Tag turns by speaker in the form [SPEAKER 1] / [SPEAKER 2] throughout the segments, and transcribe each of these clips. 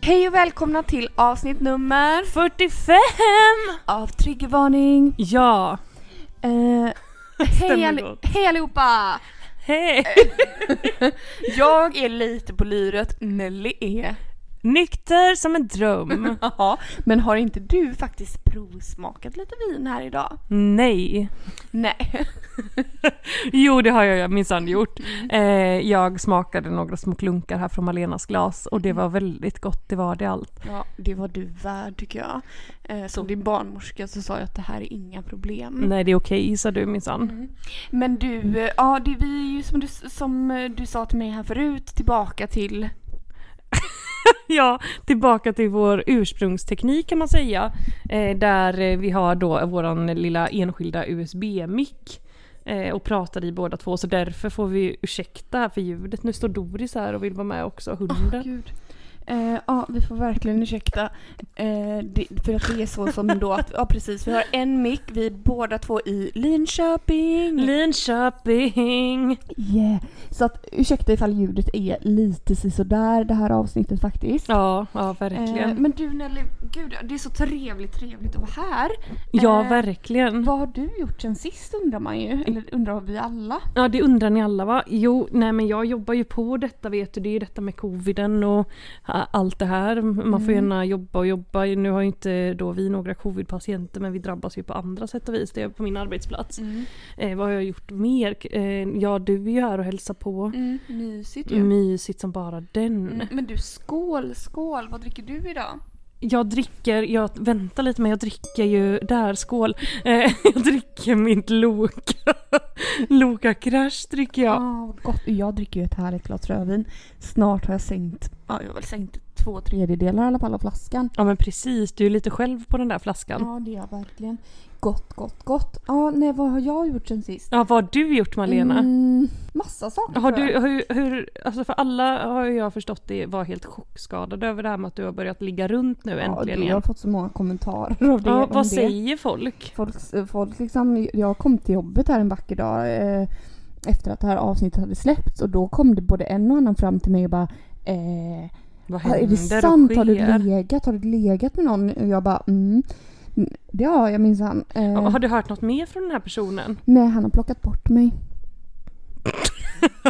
[SPEAKER 1] Hej och välkomna till avsnitt nummer
[SPEAKER 2] 45!
[SPEAKER 1] av Triggervarning!
[SPEAKER 2] Ja!
[SPEAKER 1] Eh, hej,
[SPEAKER 2] Stämmer
[SPEAKER 1] all-
[SPEAKER 2] gott.
[SPEAKER 1] hej allihopa!
[SPEAKER 2] Hej!
[SPEAKER 3] Jag är lite på lyret, Nelly är.
[SPEAKER 2] Nykter som en dröm.
[SPEAKER 3] Jaha, men har inte du faktiskt provsmakat lite vin här idag?
[SPEAKER 2] Nej.
[SPEAKER 3] Nej.
[SPEAKER 2] Jo, det har jag minsann gjort. Eh, jag smakade några små klunkar här från Malenas glas och det var väldigt gott, det var det allt.
[SPEAKER 3] Ja, det var du värd tycker jag. Eh, som din barnmorska så sa jag att det här är inga problem.
[SPEAKER 2] Nej, det är okej, sa du minsann.
[SPEAKER 3] Men du, eh, ja det vi är ju som du, som eh, du sa till mig här förut tillbaka till
[SPEAKER 2] Ja, tillbaka till vår ursprungsteknik kan man säga. Eh, där eh, vi har då våran lilla enskilda USB-mick. Eh, och pratar i båda två, så därför får vi ursäkta här för ljudet. Nu står Doris här och vill vara med också, hunden.
[SPEAKER 3] Gud. Eh, ja, vi får verkligen ursäkta. Eh, det, för att det är så som då att, ja precis, vi har en mick, vi är båda två i
[SPEAKER 2] Mm.
[SPEAKER 3] Linköping.
[SPEAKER 2] Linköping!
[SPEAKER 3] Yeah. Så att ursäkta ifall ljudet är lite sisådär det här avsnittet faktiskt.
[SPEAKER 2] Ja, ja verkligen.
[SPEAKER 3] Eh, men du Nelly, gud det är så trevligt trevligt att vara här.
[SPEAKER 2] ja,
[SPEAKER 3] eh,
[SPEAKER 2] verkligen.
[SPEAKER 3] Vad har du gjort sen sist undrar man ju, eller undrar vi alla.
[SPEAKER 2] Ja, det undrar ni alla va? Jo, nej men jag jobbar ju på detta vet du. Det är ju detta med coviden och ä, allt det här. Man får
[SPEAKER 3] Mm.
[SPEAKER 2] gärna jobba och jobba. Nu har ju inte då vi några covidpatienter men vi drabbas ju på andra sätt och vis. Det är på min arbetsplats.
[SPEAKER 3] Mm,
[SPEAKER 2] Eh, vad har jag gjort mer? Eh, ja, du är ju här och hälsar på.
[SPEAKER 3] Mm, mysigt ju.
[SPEAKER 2] Mysigt som bara den.
[SPEAKER 3] Mm, Men du skål, skål, vad dricker du idag?
[SPEAKER 2] Jag dricker, jag väntar lite men jag dricker ju, där, skål. Eh, jag dricker mitt Loka. Loka Crash dricker jag.
[SPEAKER 3] Ah, vad gott. Jag dricker ju ett härligt glas rödvin. Snart har jag sänkt, ja jag har väl sänkt två tredjedelar i alla fall av flaskan.
[SPEAKER 2] Ja men precis, du är lite själv på den där flaskan. Ja,
[SPEAKER 3] Ja det är jag verkligen. Gott, gott, gott. Ja, nej vad har jag gjort sen sist?
[SPEAKER 2] vad har du gjort Malena?
[SPEAKER 3] Mm, massa saker
[SPEAKER 2] Har
[SPEAKER 3] tror jag.
[SPEAKER 2] du, hur, hur, alltså för alla har ju jag förstått det var helt chockskadade över det här med att du har börjat ligga runt nu
[SPEAKER 4] Ja,
[SPEAKER 2] äntligen
[SPEAKER 4] du, jag har
[SPEAKER 2] igen.
[SPEAKER 4] fått så många kommentarer av det.
[SPEAKER 2] Ja,
[SPEAKER 4] om
[SPEAKER 2] vad
[SPEAKER 4] det.
[SPEAKER 2] säger folk?
[SPEAKER 4] Folk, folk liksom, jag kom till jobbet här en vacker dag eh, efter att det här avsnittet hade släppts och då kom det både en och annan fram till mig och bara eh,
[SPEAKER 2] Vad
[SPEAKER 4] "Ah,
[SPEAKER 2] händer
[SPEAKER 4] Är det sant? Har du legat? Har du legat med någon? Och jag bara mm. Det har jag minsann. Eh,
[SPEAKER 2] Ja, Har du hört något mer från den här personen?
[SPEAKER 4] Nej, han har plockat bort mig.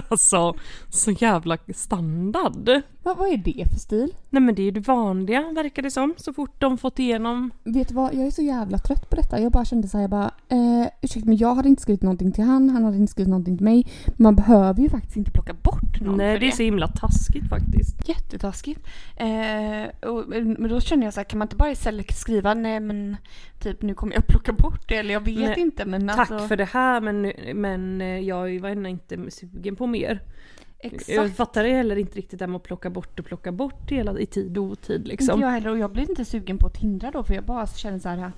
[SPEAKER 2] Alltså, så jävla standard.
[SPEAKER 4] Va, vad är det för stil?
[SPEAKER 2] Nej men det är ju det vanliga verkar det som, så fort de fått igenom.
[SPEAKER 4] Vet du vad, jag är så jävla trött på detta. Jag bara kände såhär, jag bara eh, ursäkta men jag hade inte skrivit någonting till han, han hade inte skrivit någonting till mig. Man behöver ju faktiskt inte plocka bort någon.
[SPEAKER 2] Nej
[SPEAKER 3] för
[SPEAKER 2] det är
[SPEAKER 3] det.
[SPEAKER 2] så himla taskigt faktiskt.
[SPEAKER 3] Jättetaskigt. Eh, och, men då känner jag så här, kan man inte bara istället skriva nej men typ nu kommer jag plocka bort det eller jag vet
[SPEAKER 2] Nej,
[SPEAKER 3] inte men alltså.
[SPEAKER 2] Tack för det här men, men eh, jag var ändå inte sugen på mer. Jag
[SPEAKER 3] Exakt.
[SPEAKER 2] fattar heller inte riktigt det här med att plocka bort och plocka bort hela, i tid och otid liksom.
[SPEAKER 4] Inte jag heller och jag blir inte sugen på att hindra då för jag bara känner så här.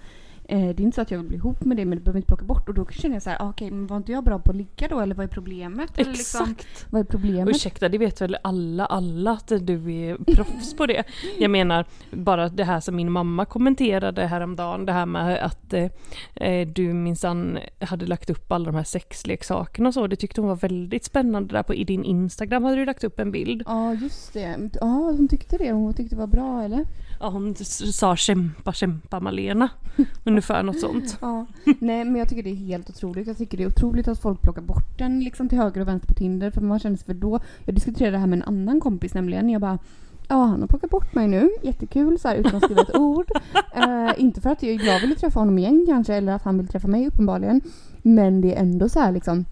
[SPEAKER 4] Eh, det är inte så att jag vill bli ihop med det men du behöver inte plocka bort och då känner jag så här, ah, okej men var inte jag bra på att ligga då eller vad är problemet? Eller liksom,
[SPEAKER 2] Exakt!
[SPEAKER 4] vad är problemet?
[SPEAKER 2] Ursäkta, det vet väl alla, alla att du är proffs på det. Jag menar, bara det här som min mamma kommenterade häromdagen, det här med att eh, eh, du minsann hade lagt upp alla de här sexleksakerna och så, det tyckte hon var väldigt spännande där på, i din Instagram hade du lagt upp en bild.
[SPEAKER 4] Ja just det. Ja hon tyckte det. Hon tyckte det var bra eller?
[SPEAKER 2] Ja, hon s- sa kämpa, kämpa Malena. Ungefär något sånt.
[SPEAKER 4] Ja. Nej men jag tycker det är helt otroligt. Jag tycker det är otroligt att folk plockar bort den liksom till höger och vänster på Tinder för man känner sig för då. Jag diskuterade det här med en annan kompis nämligen. Jag bara Ja, han har plockat bort mig nu. Jättekul så här utan att skriva ett ord. Eh, inte för att jag, jag ville träffa honom igen kanske eller att han vill träffa mig uppenbarligen. Men det är ändå så här liksom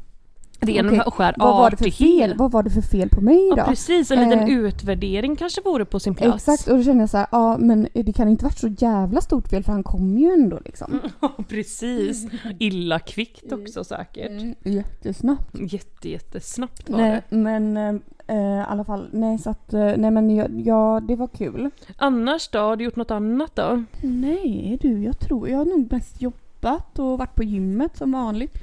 [SPEAKER 2] Det är en
[SPEAKER 4] Okej,
[SPEAKER 2] och skär
[SPEAKER 4] Vad var, det för
[SPEAKER 2] artighet.
[SPEAKER 4] fel? vad var det för fel på mig
[SPEAKER 2] Ja
[SPEAKER 4] då?
[SPEAKER 2] precis, en liten
[SPEAKER 4] Eh,
[SPEAKER 2] utvärdering kanske vore på sin plats.
[SPEAKER 4] Exakt, och då kände jag så här, ja men det kan inte varit så jävla stort fel för han kom ju ändå liksom.
[SPEAKER 2] Ja precis. Illa kvickt också säkert.
[SPEAKER 4] Mm, Jättesnabbt.
[SPEAKER 2] Jätte, jättesnabbt var
[SPEAKER 4] Nej
[SPEAKER 2] det.
[SPEAKER 4] men eh, i alla fall, nej så att, eh, nej men jag, ja det var kul.
[SPEAKER 2] Annars då, har du gjort något annat då?
[SPEAKER 4] Nej du, jag tror, jag har nog mest jobbat
[SPEAKER 3] jobbat och varit på gymmet som vanligt.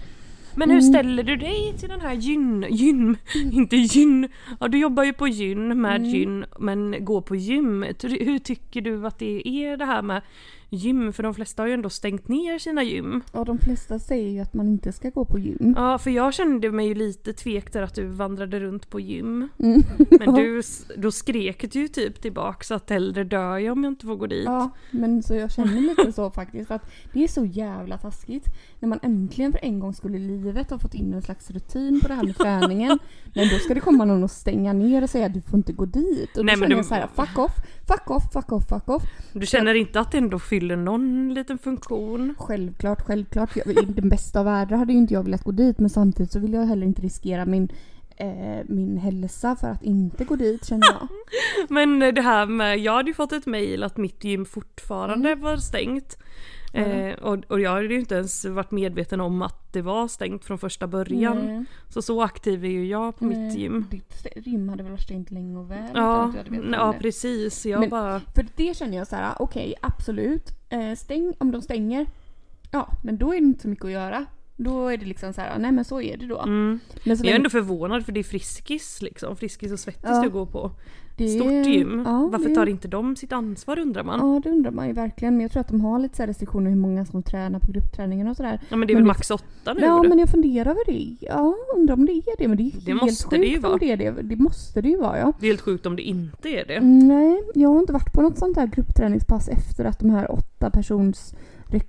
[SPEAKER 2] Men hur ställer du dig till den här gyn... Gym? Inte gyn! Ja, du jobbar ju på gyn med gyn, men går på gym. Ty- Hur tycker du att det är det här med gym? För de flesta har ju ändå stängt ner sina gym.
[SPEAKER 3] Och de flesta säger ju att man inte ska gå på gym.
[SPEAKER 2] Ja, för jag kände mig ju lite tvek där att du vandrade runt på gym.
[SPEAKER 3] Mm.
[SPEAKER 2] Men du, s- då skrek du ju typ tillbaks att hellre dör jag om jag inte får gå dit.
[SPEAKER 3] Ja, men så jag känner lite så faktiskt. För att det är så jävla taskigt. När man äntligen för en gång skulle i livet har fått in en slags rutin på det här med träningen. Men då ska det komma någon och stänga ner och säga du får inte gå dit. Och
[SPEAKER 2] Nej,
[SPEAKER 3] då känner
[SPEAKER 2] men du-
[SPEAKER 3] jag så här fuck off, fuck off, fuck off, fuck off.
[SPEAKER 2] Du känner inte att det ändå fyller någon liten funktion?
[SPEAKER 3] Självklart, självklart. Jag, I den bästa av världar hade ju inte jag velat gå dit men samtidigt så vill jag heller inte riskera min, eh, min hälsa för att inte gå dit känner jag.
[SPEAKER 2] Men det här med, jag hade ju fått ett mejl att mitt gym fortfarande
[SPEAKER 3] Mm.
[SPEAKER 2] var stängt. Eh, och, och jag hade ju inte ens varit medveten om att det var stängt från första början.
[SPEAKER 3] Nej.
[SPEAKER 2] Så så aktiv är ju jag på mitt gym.
[SPEAKER 3] Ditt st- rim hade väl varit stängt länge och väl? utan
[SPEAKER 2] Ja,
[SPEAKER 3] att du hade vetat om
[SPEAKER 2] ja
[SPEAKER 3] det.
[SPEAKER 2] precis. Jag
[SPEAKER 3] Men-
[SPEAKER 2] bara...
[SPEAKER 3] För det känner jag så här, okej absolut. Eh, stäng om de stänger. Ja, men då är det inte så mycket att göra. Då är det liksom så här, nej men så är det då.
[SPEAKER 2] Mm.
[SPEAKER 3] Men så
[SPEAKER 2] Jag är
[SPEAKER 3] länge-
[SPEAKER 2] ändå förvånad för det är Friskis liksom. Friskis och Svettis
[SPEAKER 3] Ja.
[SPEAKER 2] du går på.
[SPEAKER 3] det-
[SPEAKER 2] Stort gym.
[SPEAKER 3] ja,
[SPEAKER 2] Varför
[SPEAKER 3] det-
[SPEAKER 2] tar inte de sitt ansvar undrar man?
[SPEAKER 3] Ja, det undrar man ju verkligen. Men jag tror att de har lite så här restriktioner hur många som tränar på gruppträningen och sådär.
[SPEAKER 2] Ja men det
[SPEAKER 3] Men
[SPEAKER 2] är väl
[SPEAKER 3] det-
[SPEAKER 2] max åtta nu?
[SPEAKER 3] Ja, men jag funderar över det. Ja, undrar om det är det. Men det är
[SPEAKER 2] Det
[SPEAKER 3] helt
[SPEAKER 2] måste det
[SPEAKER 3] sjukt
[SPEAKER 2] ju
[SPEAKER 3] om
[SPEAKER 2] vara.
[SPEAKER 3] Det, är det. det måste det ju vara ja.
[SPEAKER 2] Det är helt sjukt om det inte är det.
[SPEAKER 3] Mm, Nej, jag har inte varit på något sånt här gruppträningspass efter att de här åtta persons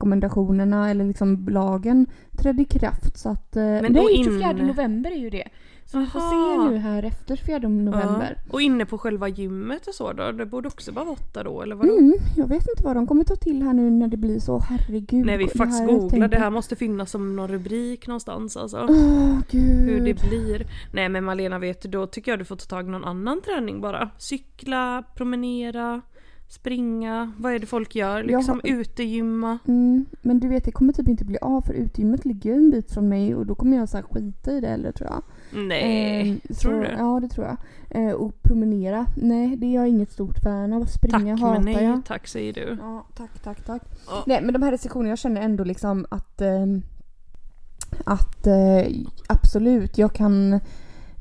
[SPEAKER 3] rekommendationerna eller liksom lagen trädde i kraft. Så att, eh,
[SPEAKER 2] Men då
[SPEAKER 3] nej,
[SPEAKER 2] in-
[SPEAKER 3] 24 november är ju det. Så vi får
[SPEAKER 2] Aha.
[SPEAKER 3] se nu här efter 24 november.
[SPEAKER 2] Ja. Och inne på själva gymmet och så då? Det borde också vara åtta då eller vadå?
[SPEAKER 3] Mm, jag vet inte vad de kommer ta till här nu när det blir så. Herregud.
[SPEAKER 2] Nej vi
[SPEAKER 3] det
[SPEAKER 2] får faktiskt
[SPEAKER 3] här-
[SPEAKER 2] googla, det
[SPEAKER 3] tänker-
[SPEAKER 2] här måste finnas som någon rubrik någonstans alltså.
[SPEAKER 3] Åh gud.
[SPEAKER 2] Hur det blir. Nej men Malena vet du, då tycker jag du får ta tag i någon annan träning bara. Cykla, promenera, springa. Vad är det folk gör? Liksom
[SPEAKER 3] har-
[SPEAKER 2] utegymma.
[SPEAKER 3] Mm, men du vet det kommer typ inte bli av för utegymmet ligger ju en bit från mig och då kommer jag så här skita i det eller tror jag.
[SPEAKER 2] Nej.
[SPEAKER 3] Ehm,
[SPEAKER 2] tror
[SPEAKER 3] så,
[SPEAKER 2] du det?
[SPEAKER 3] Ja det tror jag. Eh, och promenera, nej det är jag inget stort fan av.
[SPEAKER 2] Tack
[SPEAKER 3] Springa hatar
[SPEAKER 2] men nej
[SPEAKER 3] jag.
[SPEAKER 2] tack säger du.
[SPEAKER 3] Ja, tack, tack, tack.
[SPEAKER 2] Ja.
[SPEAKER 3] Nej men de här restriktionerna, jag känner ändå liksom att ehm, att eh, absolut jag kan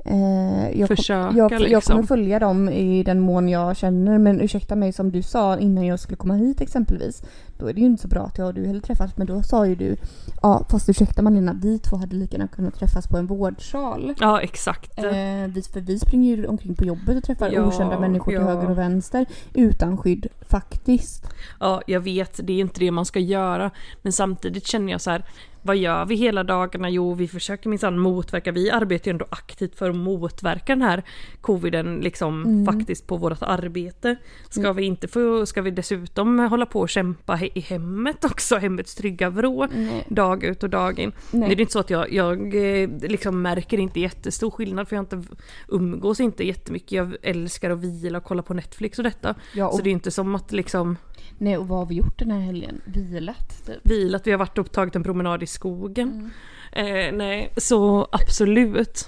[SPEAKER 3] eh, jag, kom-
[SPEAKER 2] Försöka
[SPEAKER 3] jag,
[SPEAKER 2] liksom.
[SPEAKER 3] jag kommer följa dem i den mån jag känner men ursäkta mig som du sa innan jag skulle komma hit exempelvis. Då är det ju inte så bra att jag och du heller träffas men då sa ju du ja fast ursäkta Malena vi två hade lika gärna kunnat träffas på en vårdsal.
[SPEAKER 2] Ja exakt.
[SPEAKER 3] Eh, vi, för vi springer ju omkring på jobbet och träffar
[SPEAKER 2] Ja,
[SPEAKER 3] okända människor
[SPEAKER 2] ja.
[SPEAKER 3] till höger och vänster utan skydd faktiskt.
[SPEAKER 2] Ja, jag vet, det är inte det man ska göra. Men samtidigt känner jag så här, vad gör vi hela dagarna? Jo, vi försöker minsann motverka. Vi arbetar ju ändå aktivt för att motverka den här coviden liksom
[SPEAKER 3] Mm.
[SPEAKER 2] faktiskt på vårt arbete. Ska vi inte få, ska vi dessutom hålla på och kämpa he- i hemmet också, hemmets trygga vrå, dag ut och dag in.
[SPEAKER 3] Nej.
[SPEAKER 2] Det är inte så att jag, jag eh, liksom märker inte jättestor skillnad för jag inte umgås inte jättemycket. Jag älskar att vila och kolla på Netflix och detta.
[SPEAKER 3] Ja, och-
[SPEAKER 2] Så det är ju inte som att liksom
[SPEAKER 3] Nej, och vad har vi gjort den här helgen? Vilat typ.
[SPEAKER 2] vilat, vi har varit och tagit en promenad i
[SPEAKER 3] Mm.
[SPEAKER 2] skogen. Eh, nej, så absolut.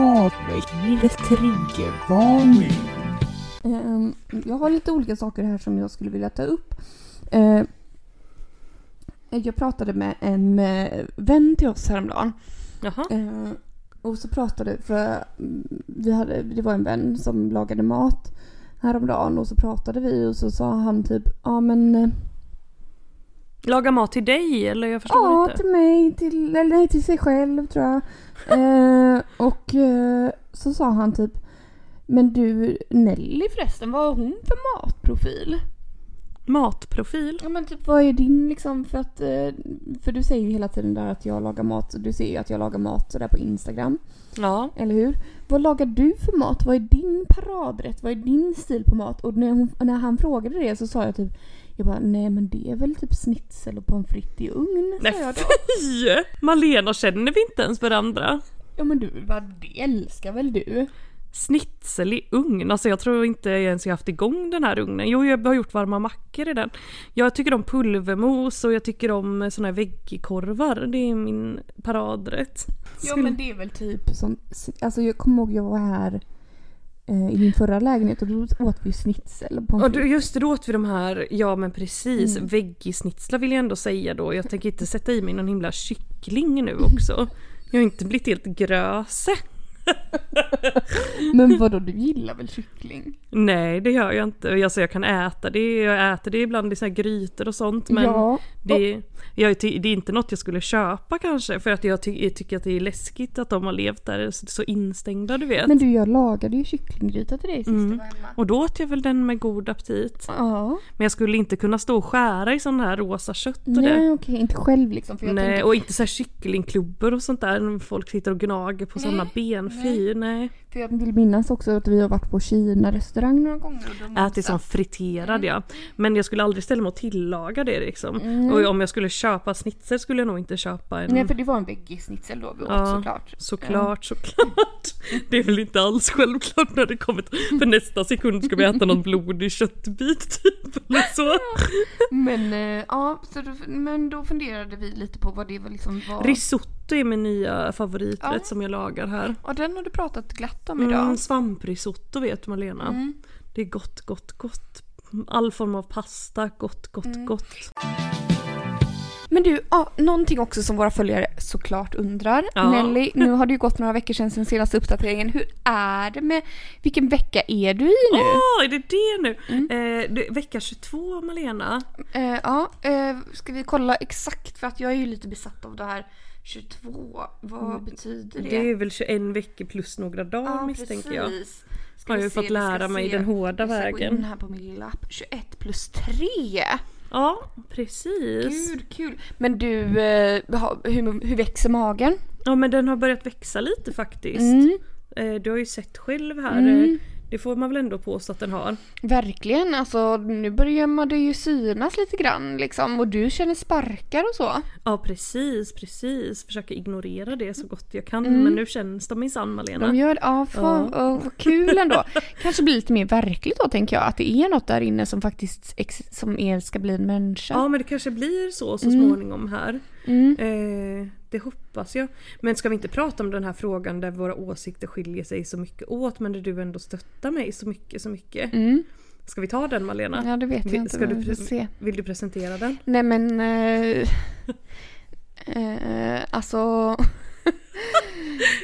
[SPEAKER 5] Klimatväckande triggervarning.
[SPEAKER 3] Ehm, jag har lite olika saker här som jag skulle vilja ta upp. Eh, jag pratade med en eh, vän till oss häromdagen.
[SPEAKER 2] Jaha.
[SPEAKER 3] Eh, och så pratade, för mm, vi hade, det var en vän som lagade mat häromdagen och så pratade vi och så sa han typ ja men eh,
[SPEAKER 2] Laga mat till dig eller? Jag förstår
[SPEAKER 3] Ja,
[SPEAKER 2] inte.
[SPEAKER 3] till mig, till, eller nej, till sig själv tror jag. eh, och eh, så sa han typ Men du Nelly förresten, vad har hon för matprofil?
[SPEAKER 2] Matprofil.
[SPEAKER 3] Ja men typ vad är din liksom för att eh, För du säger ju hela tiden där att jag lagar mat, du ser ju att jag lagar mat sådär på Instagram,
[SPEAKER 2] Ja.
[SPEAKER 3] eller hur? Vad lagar du för mat? Vad är din paradrätt? Vad är din stil på mat? Och när, hon, när han frågade det så sa jag typ jag bara, nej men det är väl typ snitsel och pommes frites i ugn sa
[SPEAKER 2] Nej
[SPEAKER 3] jag då.
[SPEAKER 2] fy! Malena känner vi inte ens varandra.
[SPEAKER 3] Ja men du, vad det älskar väl du?
[SPEAKER 2] Snitsel i ugn, alltså jag tror inte ens jag haft igång den här ugnen. Jo jag har gjort varma mackor i den. Jag tycker om pulvermos och jag tycker om såna här veggiekorvar. Det är min paradrätt.
[SPEAKER 3] Ja men det är väl typ som, alltså jag kommer ihåg jag var här
[SPEAKER 4] eh, i min förra lägenhet och då åt vi ju schnitzel och pommes
[SPEAKER 2] Och
[SPEAKER 4] frites.
[SPEAKER 2] då, just det, då åt vi de här, ja men precis,
[SPEAKER 4] Mm.
[SPEAKER 2] veggiesnitslar vill jag ändå säga då. Jag tänker inte sätta i mig någon himla kyckling nu också. Jag har inte blivit helt gröse.
[SPEAKER 4] Men vadå, du gillar väl kyckling?
[SPEAKER 2] Nej det gör jag inte. Alltså jag kan äta det, jag äter det ibland i såna här grytor och sånt men
[SPEAKER 4] ja.
[SPEAKER 2] det, jag, ty- det är inte något jag skulle köpa kanske för att jag, ty- jag tycker att det är läskigt att de har levt där så, så instängda du vet.
[SPEAKER 4] Men du, jag lagade ju kycklinggryta till dig sist
[SPEAKER 2] Mm.
[SPEAKER 4] du var hemma.
[SPEAKER 2] Och då åt jag väl den med god aptit.
[SPEAKER 4] Ja.
[SPEAKER 2] Men jag skulle inte kunna stå och skära i sån här rosa kött och det.
[SPEAKER 4] Nej okej, inte själv liksom. För jag
[SPEAKER 2] Nej,
[SPEAKER 4] tänkte,
[SPEAKER 2] och inte så här kycklingklubbor och sånt där. när Folk sitter och gnager på sådana ben. Fy, nej.
[SPEAKER 4] för jag vill minnas också att vi har varit på Kina-restaurang några gånger. och de-
[SPEAKER 2] Ätit som friterad ja. Men jag skulle aldrig ställa mig och tillaga det liksom.
[SPEAKER 4] Mm.
[SPEAKER 2] Och om jag skulle köpa snitsel skulle jag nog inte köpa en.
[SPEAKER 4] Nej för det var en veggie-schnitzel då vi åt
[SPEAKER 2] Ja.
[SPEAKER 4] såklart.
[SPEAKER 2] Såklart, såklart. Det är väl inte alls självklart när det kommer till- För nästa sekund ska vi äta någon blodig köttbit typ. Eller så.
[SPEAKER 4] Men eh, ja, så då, men då funderade vi lite på vad det var liksom var.
[SPEAKER 2] Risotto är min nya favoriträtt
[SPEAKER 4] Ja.
[SPEAKER 2] som jag lagar här.
[SPEAKER 4] Ja den har du pratat glatt om idag.
[SPEAKER 2] Mm, svamprisotto vet Malena.
[SPEAKER 3] Mm.
[SPEAKER 2] Det är gott, gott, gott. All form av pasta, gott, gott,
[SPEAKER 3] Mm.
[SPEAKER 2] gott.
[SPEAKER 3] Men du, ja, någonting också som våra följare såklart undrar.
[SPEAKER 2] Ja.
[SPEAKER 3] Nelly, nu har det ju gått några veckor sedan sen senaste uppdateringen. Hur är det med... Vilken vecka är du i nu?
[SPEAKER 2] Åh, är det det nu?
[SPEAKER 3] Mm.
[SPEAKER 2] Eh, det, vecka 22 Malena.
[SPEAKER 3] Eh, ja, eh, ska vi kolla exakt för att jag är ju lite besatt av det här 22. Vad betyder det?
[SPEAKER 2] Mm. Det är väl 21 veckor plus några dagar misstänker jag.
[SPEAKER 3] precis. Ska
[SPEAKER 2] Har
[SPEAKER 3] vi
[SPEAKER 2] jag ju
[SPEAKER 3] se,
[SPEAKER 2] fått
[SPEAKER 3] vi ska
[SPEAKER 2] lära mig
[SPEAKER 3] se.
[SPEAKER 2] den hårda
[SPEAKER 3] Jag ska gå in
[SPEAKER 2] vägen.
[SPEAKER 3] här på min lilla app. 21 plus 3.
[SPEAKER 2] Ja, precis.
[SPEAKER 3] Gud, kul. Men du, eh, ha- hur, hur växer magen?
[SPEAKER 2] Ja men den har börjat växa lite faktiskt.
[SPEAKER 3] Mm.
[SPEAKER 2] Eh, du har ju sett själv här. eh, Det får man väl ändå påstå att den har.
[SPEAKER 3] Verkligen, alltså nu börjar man det ju synas lite grann liksom och du känner sparkar och så.
[SPEAKER 2] Ja precis, precis. Försöker ignorera det så gott jag kan men nu känns de minsann Malena.
[SPEAKER 3] Mm. De gör, ja fan ja. vad kul ändå. Kanske blir lite mer verkligt då tänker jag, att det är något där inne som faktiskt ex- som är, ska bli en människa.
[SPEAKER 2] Ja men det kanske blir så så
[SPEAKER 3] Mm.
[SPEAKER 2] småningom här. Eh, det hoppas jag. Men ska vi inte prata om den här frågan där våra åsikter skiljer sig så mycket åt men där du ändå stöttar mig så mycket så mycket.
[SPEAKER 3] Mm.
[SPEAKER 2] Ska vi ta den Malena?
[SPEAKER 3] Ja det vet jag
[SPEAKER 2] Vi-
[SPEAKER 3] inte,
[SPEAKER 2] ska
[SPEAKER 3] men
[SPEAKER 2] du
[SPEAKER 3] vi får
[SPEAKER 2] pre-
[SPEAKER 3] se.
[SPEAKER 2] Vill du presentera den?
[SPEAKER 3] Nej men... Eh, eh, alltså,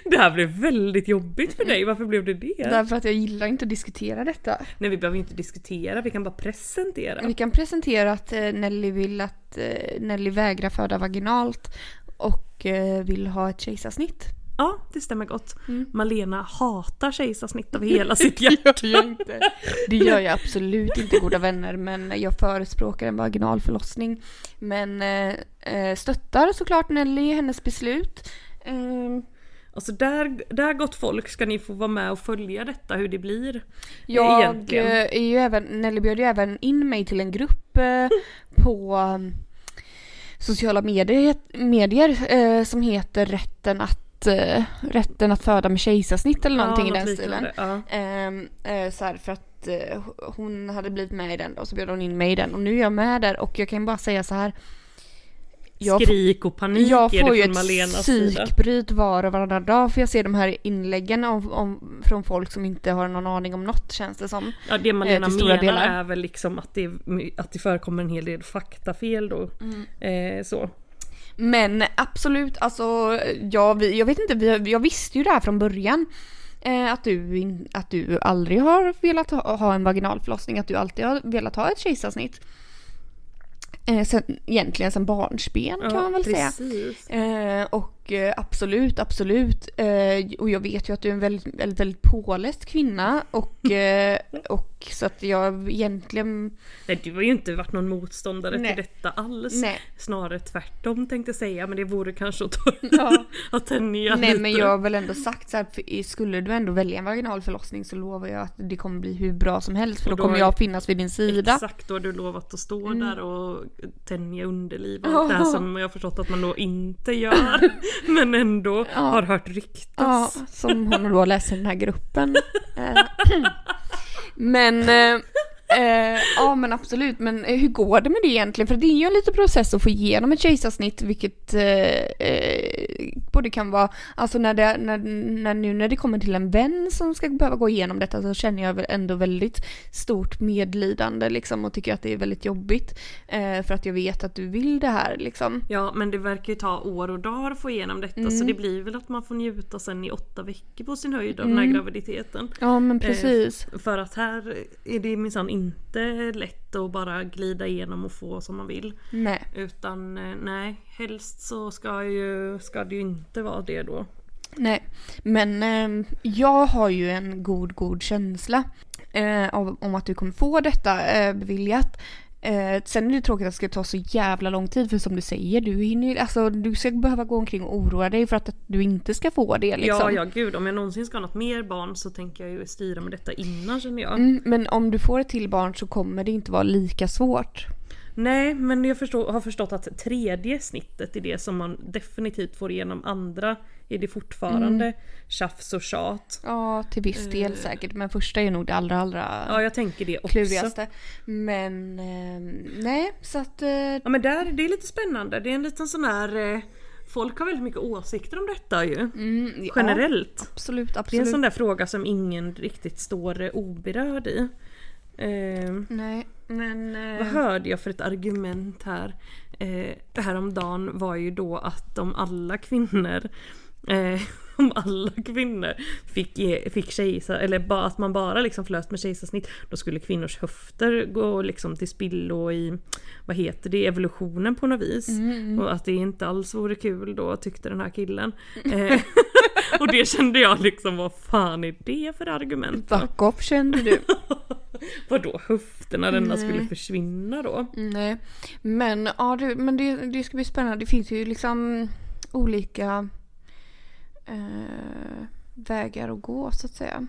[SPEAKER 2] Det här blev väldigt jobbigt för dig, varför blev det det?
[SPEAKER 3] därför att jag gillar inte att diskutera detta.
[SPEAKER 2] Nej vi behöver inte diskutera, vi kan bara presentera.
[SPEAKER 3] Vi kan presentera att eh, Nelly vill att eh, Nelly vägrar föda vaginalt och eh, vill ha ett kejsarsnitt.
[SPEAKER 2] Ja det stämmer gott.
[SPEAKER 3] Mm.
[SPEAKER 2] Malena hatar kejsarsnitt av hela sitt hjärta.
[SPEAKER 3] Det gör jag absolut inte goda vänner men jag förespråkar en vaginal förlossning. Men eh, eh, stöttar såklart Nelly i hennes beslut. Eh,
[SPEAKER 2] Alltså där, där gott folk ska ni få vara med och följa detta hur det blir.
[SPEAKER 3] jag
[SPEAKER 2] Egentligen.
[SPEAKER 3] eh, är ju även, Nelly bjöd ju även in mig till en grupp eh, på eh, sociala medier, medier eh, som heter rätten att, eh, rätten att föda med kejsarsnitt eller någonting
[SPEAKER 2] Ja,
[SPEAKER 3] i
[SPEAKER 2] något
[SPEAKER 3] den stilen.
[SPEAKER 2] liknande, Ja.
[SPEAKER 3] Ehm, eh, så här för att eh, ho- hon hade blivit med i den då, så bjöd hon in mig i den och nu är jag med där och jag kan bara säga så här. Jag, f-
[SPEAKER 2] Skrik och panik
[SPEAKER 3] jag
[SPEAKER 2] är
[SPEAKER 3] får
[SPEAKER 2] det
[SPEAKER 3] ju
[SPEAKER 2] från
[SPEAKER 3] ett
[SPEAKER 2] Malenas sida.
[SPEAKER 3] psykbryt var och varannan dag för jag ser de här inläggen om, om, från folk som inte har någon aning om något känns det som.
[SPEAKER 2] Ja, det Malena
[SPEAKER 3] eh, till stora
[SPEAKER 2] menar
[SPEAKER 3] delar.
[SPEAKER 2] är väl liksom att det, att det förekommer en hel del faktafel då.
[SPEAKER 3] Mm.
[SPEAKER 2] Eh, så.
[SPEAKER 3] Men absolut, alltså ja, vi, jag vet inte, vi, jag visste ju det här från början. Eh, att, du, in- att du aldrig har velat ha, ha en vaginalförlossning, att du alltid har velat ha ett kejsarsnitt. Eh, sen, egentligen sen barnsben kan man väl säga.
[SPEAKER 2] precis.
[SPEAKER 3] Eh, och eh, absolut, absolut. Eh, och jag vet ju att du är en väldigt, väldigt, väldigt påläst kvinna och, eh, och så att jag egentligen...
[SPEAKER 2] Nej, du har ju inte varit någon motståndare
[SPEAKER 3] Nej.
[SPEAKER 2] till detta alls.
[SPEAKER 3] Nej.
[SPEAKER 2] Snarare tvärtom tänkte jag säga men det vore kanske att, ta,
[SPEAKER 3] Ja.
[SPEAKER 2] att tänja
[SPEAKER 3] Nej
[SPEAKER 2] lite.
[SPEAKER 3] men jag har väl ändå sagt så här, för skulle du ändå välja en vaginal förlossning så lovar jag att det kommer bli hur bra som helst för
[SPEAKER 2] Och
[SPEAKER 3] då
[SPEAKER 2] då
[SPEAKER 3] kommer
[SPEAKER 2] har-
[SPEAKER 3] jag finnas vid din sida.
[SPEAKER 2] Exakt, då har du lovat att stå
[SPEAKER 3] Mm.
[SPEAKER 2] där och tänja underliv och allt det här som jag har förstått att man då inte gör. men ändå har hört
[SPEAKER 3] Ja,
[SPEAKER 2] ryktas.
[SPEAKER 3] som hon då läser i den här gruppen. Eh, men, eh, eh, ja men absolut, men eh, hur går det med det egentligen? För det är ju en liten process att få igenom ett kejsarsnitt vilket eh, eh, och det kan vara, alltså när det, när, när, nu när det kommer till en vän som ska behöva gå igenom detta så känner jag väl ändå väldigt stort medlidande liksom och tycker att det är väldigt jobbigt. Eh, för att jag vet att du vill det här liksom.
[SPEAKER 2] Ja men det verkar ju ta år och dagar att få igenom detta så det blir väl att man får njuta sen i åtta veckor på sin höjd av den här graviditeten.
[SPEAKER 3] Ja men
[SPEAKER 2] precis. För att här är det minsann inte lätt att bara glida igenom och få som man vill.
[SPEAKER 3] Nej.
[SPEAKER 2] Utan eh, nej, helst så ska, ju, ska det ju inte vara det då.
[SPEAKER 3] Nej, men ehm, jag har ju en god, god känsla eh, av, om att du kommer få detta eh, beviljat. Eh, sen är det tråkigt att det ska ta så jävla lång tid för som du säger, du hinner ju- alltså du ska behöva gå omkring och oroa dig för att, att du inte ska få det liksom.
[SPEAKER 2] Ja, ja gud om jag någonsin ska ha något mer barn så tänker jag ju styra med detta innan känner jag.
[SPEAKER 3] Mm, men om du får ett till barn så kommer det inte vara lika svårt.
[SPEAKER 2] Nej men jag förstår, har förstått att tredje snittet är det som man definitivt får igenom andra är det fortfarande
[SPEAKER 3] Mm.
[SPEAKER 2] tjafs och tjat.
[SPEAKER 3] Ja, till viss del säkert, men första är nog det allra, allra
[SPEAKER 2] eh, Ja jag tänker det också.
[SPEAKER 3] klurigaste. Men eh, nej, så att eh,
[SPEAKER 2] Ja men där, det är lite spännande. Det är en liten sån här... eh, Folk har väldigt mycket åsikter om detta ju.
[SPEAKER 3] mm, ja,
[SPEAKER 2] Generellt.
[SPEAKER 3] Absolut,
[SPEAKER 2] det är en
[SPEAKER 3] absolut.
[SPEAKER 2] sån där fråga som ingen riktigt står eh, oberörd i. Eh,
[SPEAKER 3] Nej, men...
[SPEAKER 2] Vad
[SPEAKER 3] Eh,
[SPEAKER 2] hörde jag för ett argument här? Eh, häromdagen var ju då att om alla kvinnor eh, om alla kvinnor fick, ge- fick kejsar, eller ba, att man bara liksom flöt med kejsarsnitt då skulle kvinnors höfter gå liksom till spillo i, vad heter det, evolutionen på något vis. Och att det inte alls vore kul då tyckte den här killen. Eh, och det kände jag liksom, vad fan är det för argument? då?
[SPEAKER 3] Back off kände du.
[SPEAKER 2] Vadå höfterna, den där skulle försvinna då?
[SPEAKER 3] Nej. Men, ja, det, men det, det ska bli spännande. Det finns ju liksom olika eh, vägar att gå så att säga.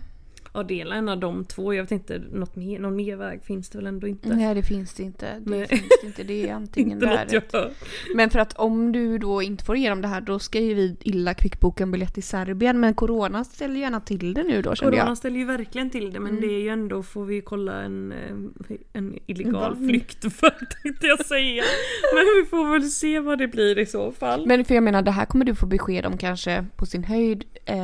[SPEAKER 2] Ja det är en av de två. Jag vet inte, något mer, någon mer väg finns det väl ändå inte?
[SPEAKER 3] Nej det finns det inte. Det
[SPEAKER 2] Nej.
[SPEAKER 3] finns det inte. Det är antingen
[SPEAKER 2] inte något
[SPEAKER 3] där.
[SPEAKER 2] jag hör.
[SPEAKER 3] Men för att om du då inte får igenom det här då ska ju vi illa kvickboka en biljett till Serbien. Men corona ställer gärna till det nu då kände
[SPEAKER 2] Corona
[SPEAKER 3] jag. Mm.
[SPEAKER 2] ställer ju verkligen till det men det är ju ändå, får vi ju kolla en, eh, en illegal
[SPEAKER 4] Vann.
[SPEAKER 2] flykt för tänkte jag säga. Men vi får väl se vad det blir i så fall.
[SPEAKER 3] Men för jag menar det här kommer du få besked om kanske på sin höjd. Eh,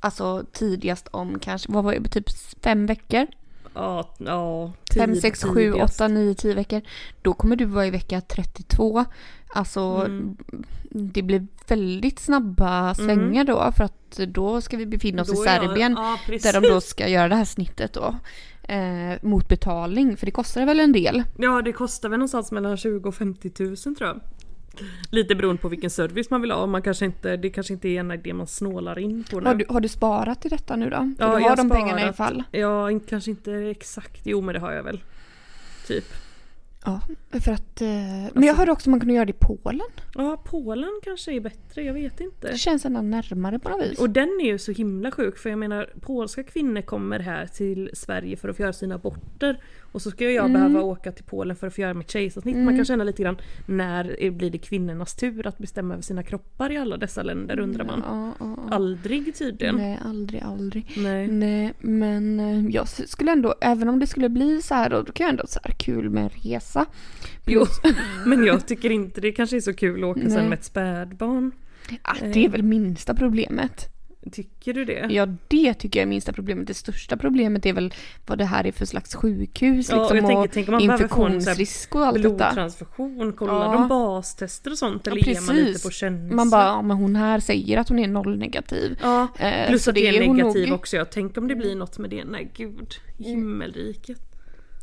[SPEAKER 3] alltså tidigast om kanske, vad var det, typ fem veckor?
[SPEAKER 2] ja, ja,
[SPEAKER 3] fem
[SPEAKER 2] tid-
[SPEAKER 3] sex sju
[SPEAKER 2] tidigast.
[SPEAKER 3] åtta nio tio veckor. Då kommer du vara i vecka 32. Alltså
[SPEAKER 2] Mm.
[SPEAKER 3] det blir väldigt snabba svängar då för att då ska vi befinna oss i
[SPEAKER 2] Mm. Då är jag-
[SPEAKER 3] Serbien.
[SPEAKER 2] ja, precis.
[SPEAKER 3] där de då ska göra det här snittet då. Eh, mot betalning, för det kostar väl en del.
[SPEAKER 2] Ja det kostar väl någonstans mellan 20 och 50 tusen tror jag. Lite beroende på vilken service man vill ha. Man kanske inte, det kanske inte är en idé man snålar in på nu.
[SPEAKER 3] Har du, har du sparat till detta nu då? För
[SPEAKER 2] Ja,
[SPEAKER 3] du
[SPEAKER 2] jag
[SPEAKER 3] har de pengarna i alla
[SPEAKER 2] sparat.
[SPEAKER 3] fall.
[SPEAKER 2] Ja, in- kanske inte exakt. Jo, men det har jag väl. Typ.
[SPEAKER 3] Ja, för att... Eh, men
[SPEAKER 2] Alltså-
[SPEAKER 3] jag hörde också att man kunde göra det i Polen.
[SPEAKER 2] Ja, Polen kanske är bättre. Jag vet inte.
[SPEAKER 3] Det känns ändå närmare på något vis.
[SPEAKER 2] Och den är ju så himla sjuk för jag menar polska kvinnor kommer här till Sverige för att få göra sina aborter och så ska jag
[SPEAKER 3] Mm.
[SPEAKER 2] behöva åka till Polen för att få göra mitt kejsarsnitt. Man kan känna lite grann när blir det kvinnornas tur att bestämma över sina kroppar i alla dessa länder undrar man.
[SPEAKER 3] ja, ja, ja.
[SPEAKER 2] Aldrig tydligen.
[SPEAKER 3] Nej, aldrig, aldrig.
[SPEAKER 2] Nej.
[SPEAKER 3] Nej, men eh, jag s- skulle ändå, även om det skulle bli så här då, då kan jag ändå så här kul med en resa.
[SPEAKER 2] Jo, men jag tycker inte det kanske är så kul att åka sen
[SPEAKER 3] Nej.
[SPEAKER 2] med ett spädbarn.
[SPEAKER 3] Ah, det
[SPEAKER 2] Eh.
[SPEAKER 3] är väl minsta problemet.
[SPEAKER 2] Tycker du det?
[SPEAKER 3] Ja, det tycker jag är minsta problemet. Det största problemet är väl vad det här är för slags sjukhus
[SPEAKER 2] Ja, och
[SPEAKER 3] liksom,
[SPEAKER 2] jag
[SPEAKER 3] och,
[SPEAKER 2] tänker, tänk om man behöver få en så här
[SPEAKER 3] infektionsrisk och allt detta.
[SPEAKER 2] Blodtransfusion, kollar
[SPEAKER 3] Ja.
[SPEAKER 2] de bastester och sånt
[SPEAKER 3] Ja,
[SPEAKER 2] eller är man lite
[SPEAKER 3] precis.
[SPEAKER 2] på känsla?
[SPEAKER 3] Man bara, ja, men hon här säger att hon är nollnegativ.
[SPEAKER 2] Ja,
[SPEAKER 3] Eh,
[SPEAKER 2] plus
[SPEAKER 3] så
[SPEAKER 2] att det är,
[SPEAKER 3] hon
[SPEAKER 2] negativ
[SPEAKER 3] nog. Mm.
[SPEAKER 2] också. Jag tänker om det blir något med det. Nej gud, himmelriket.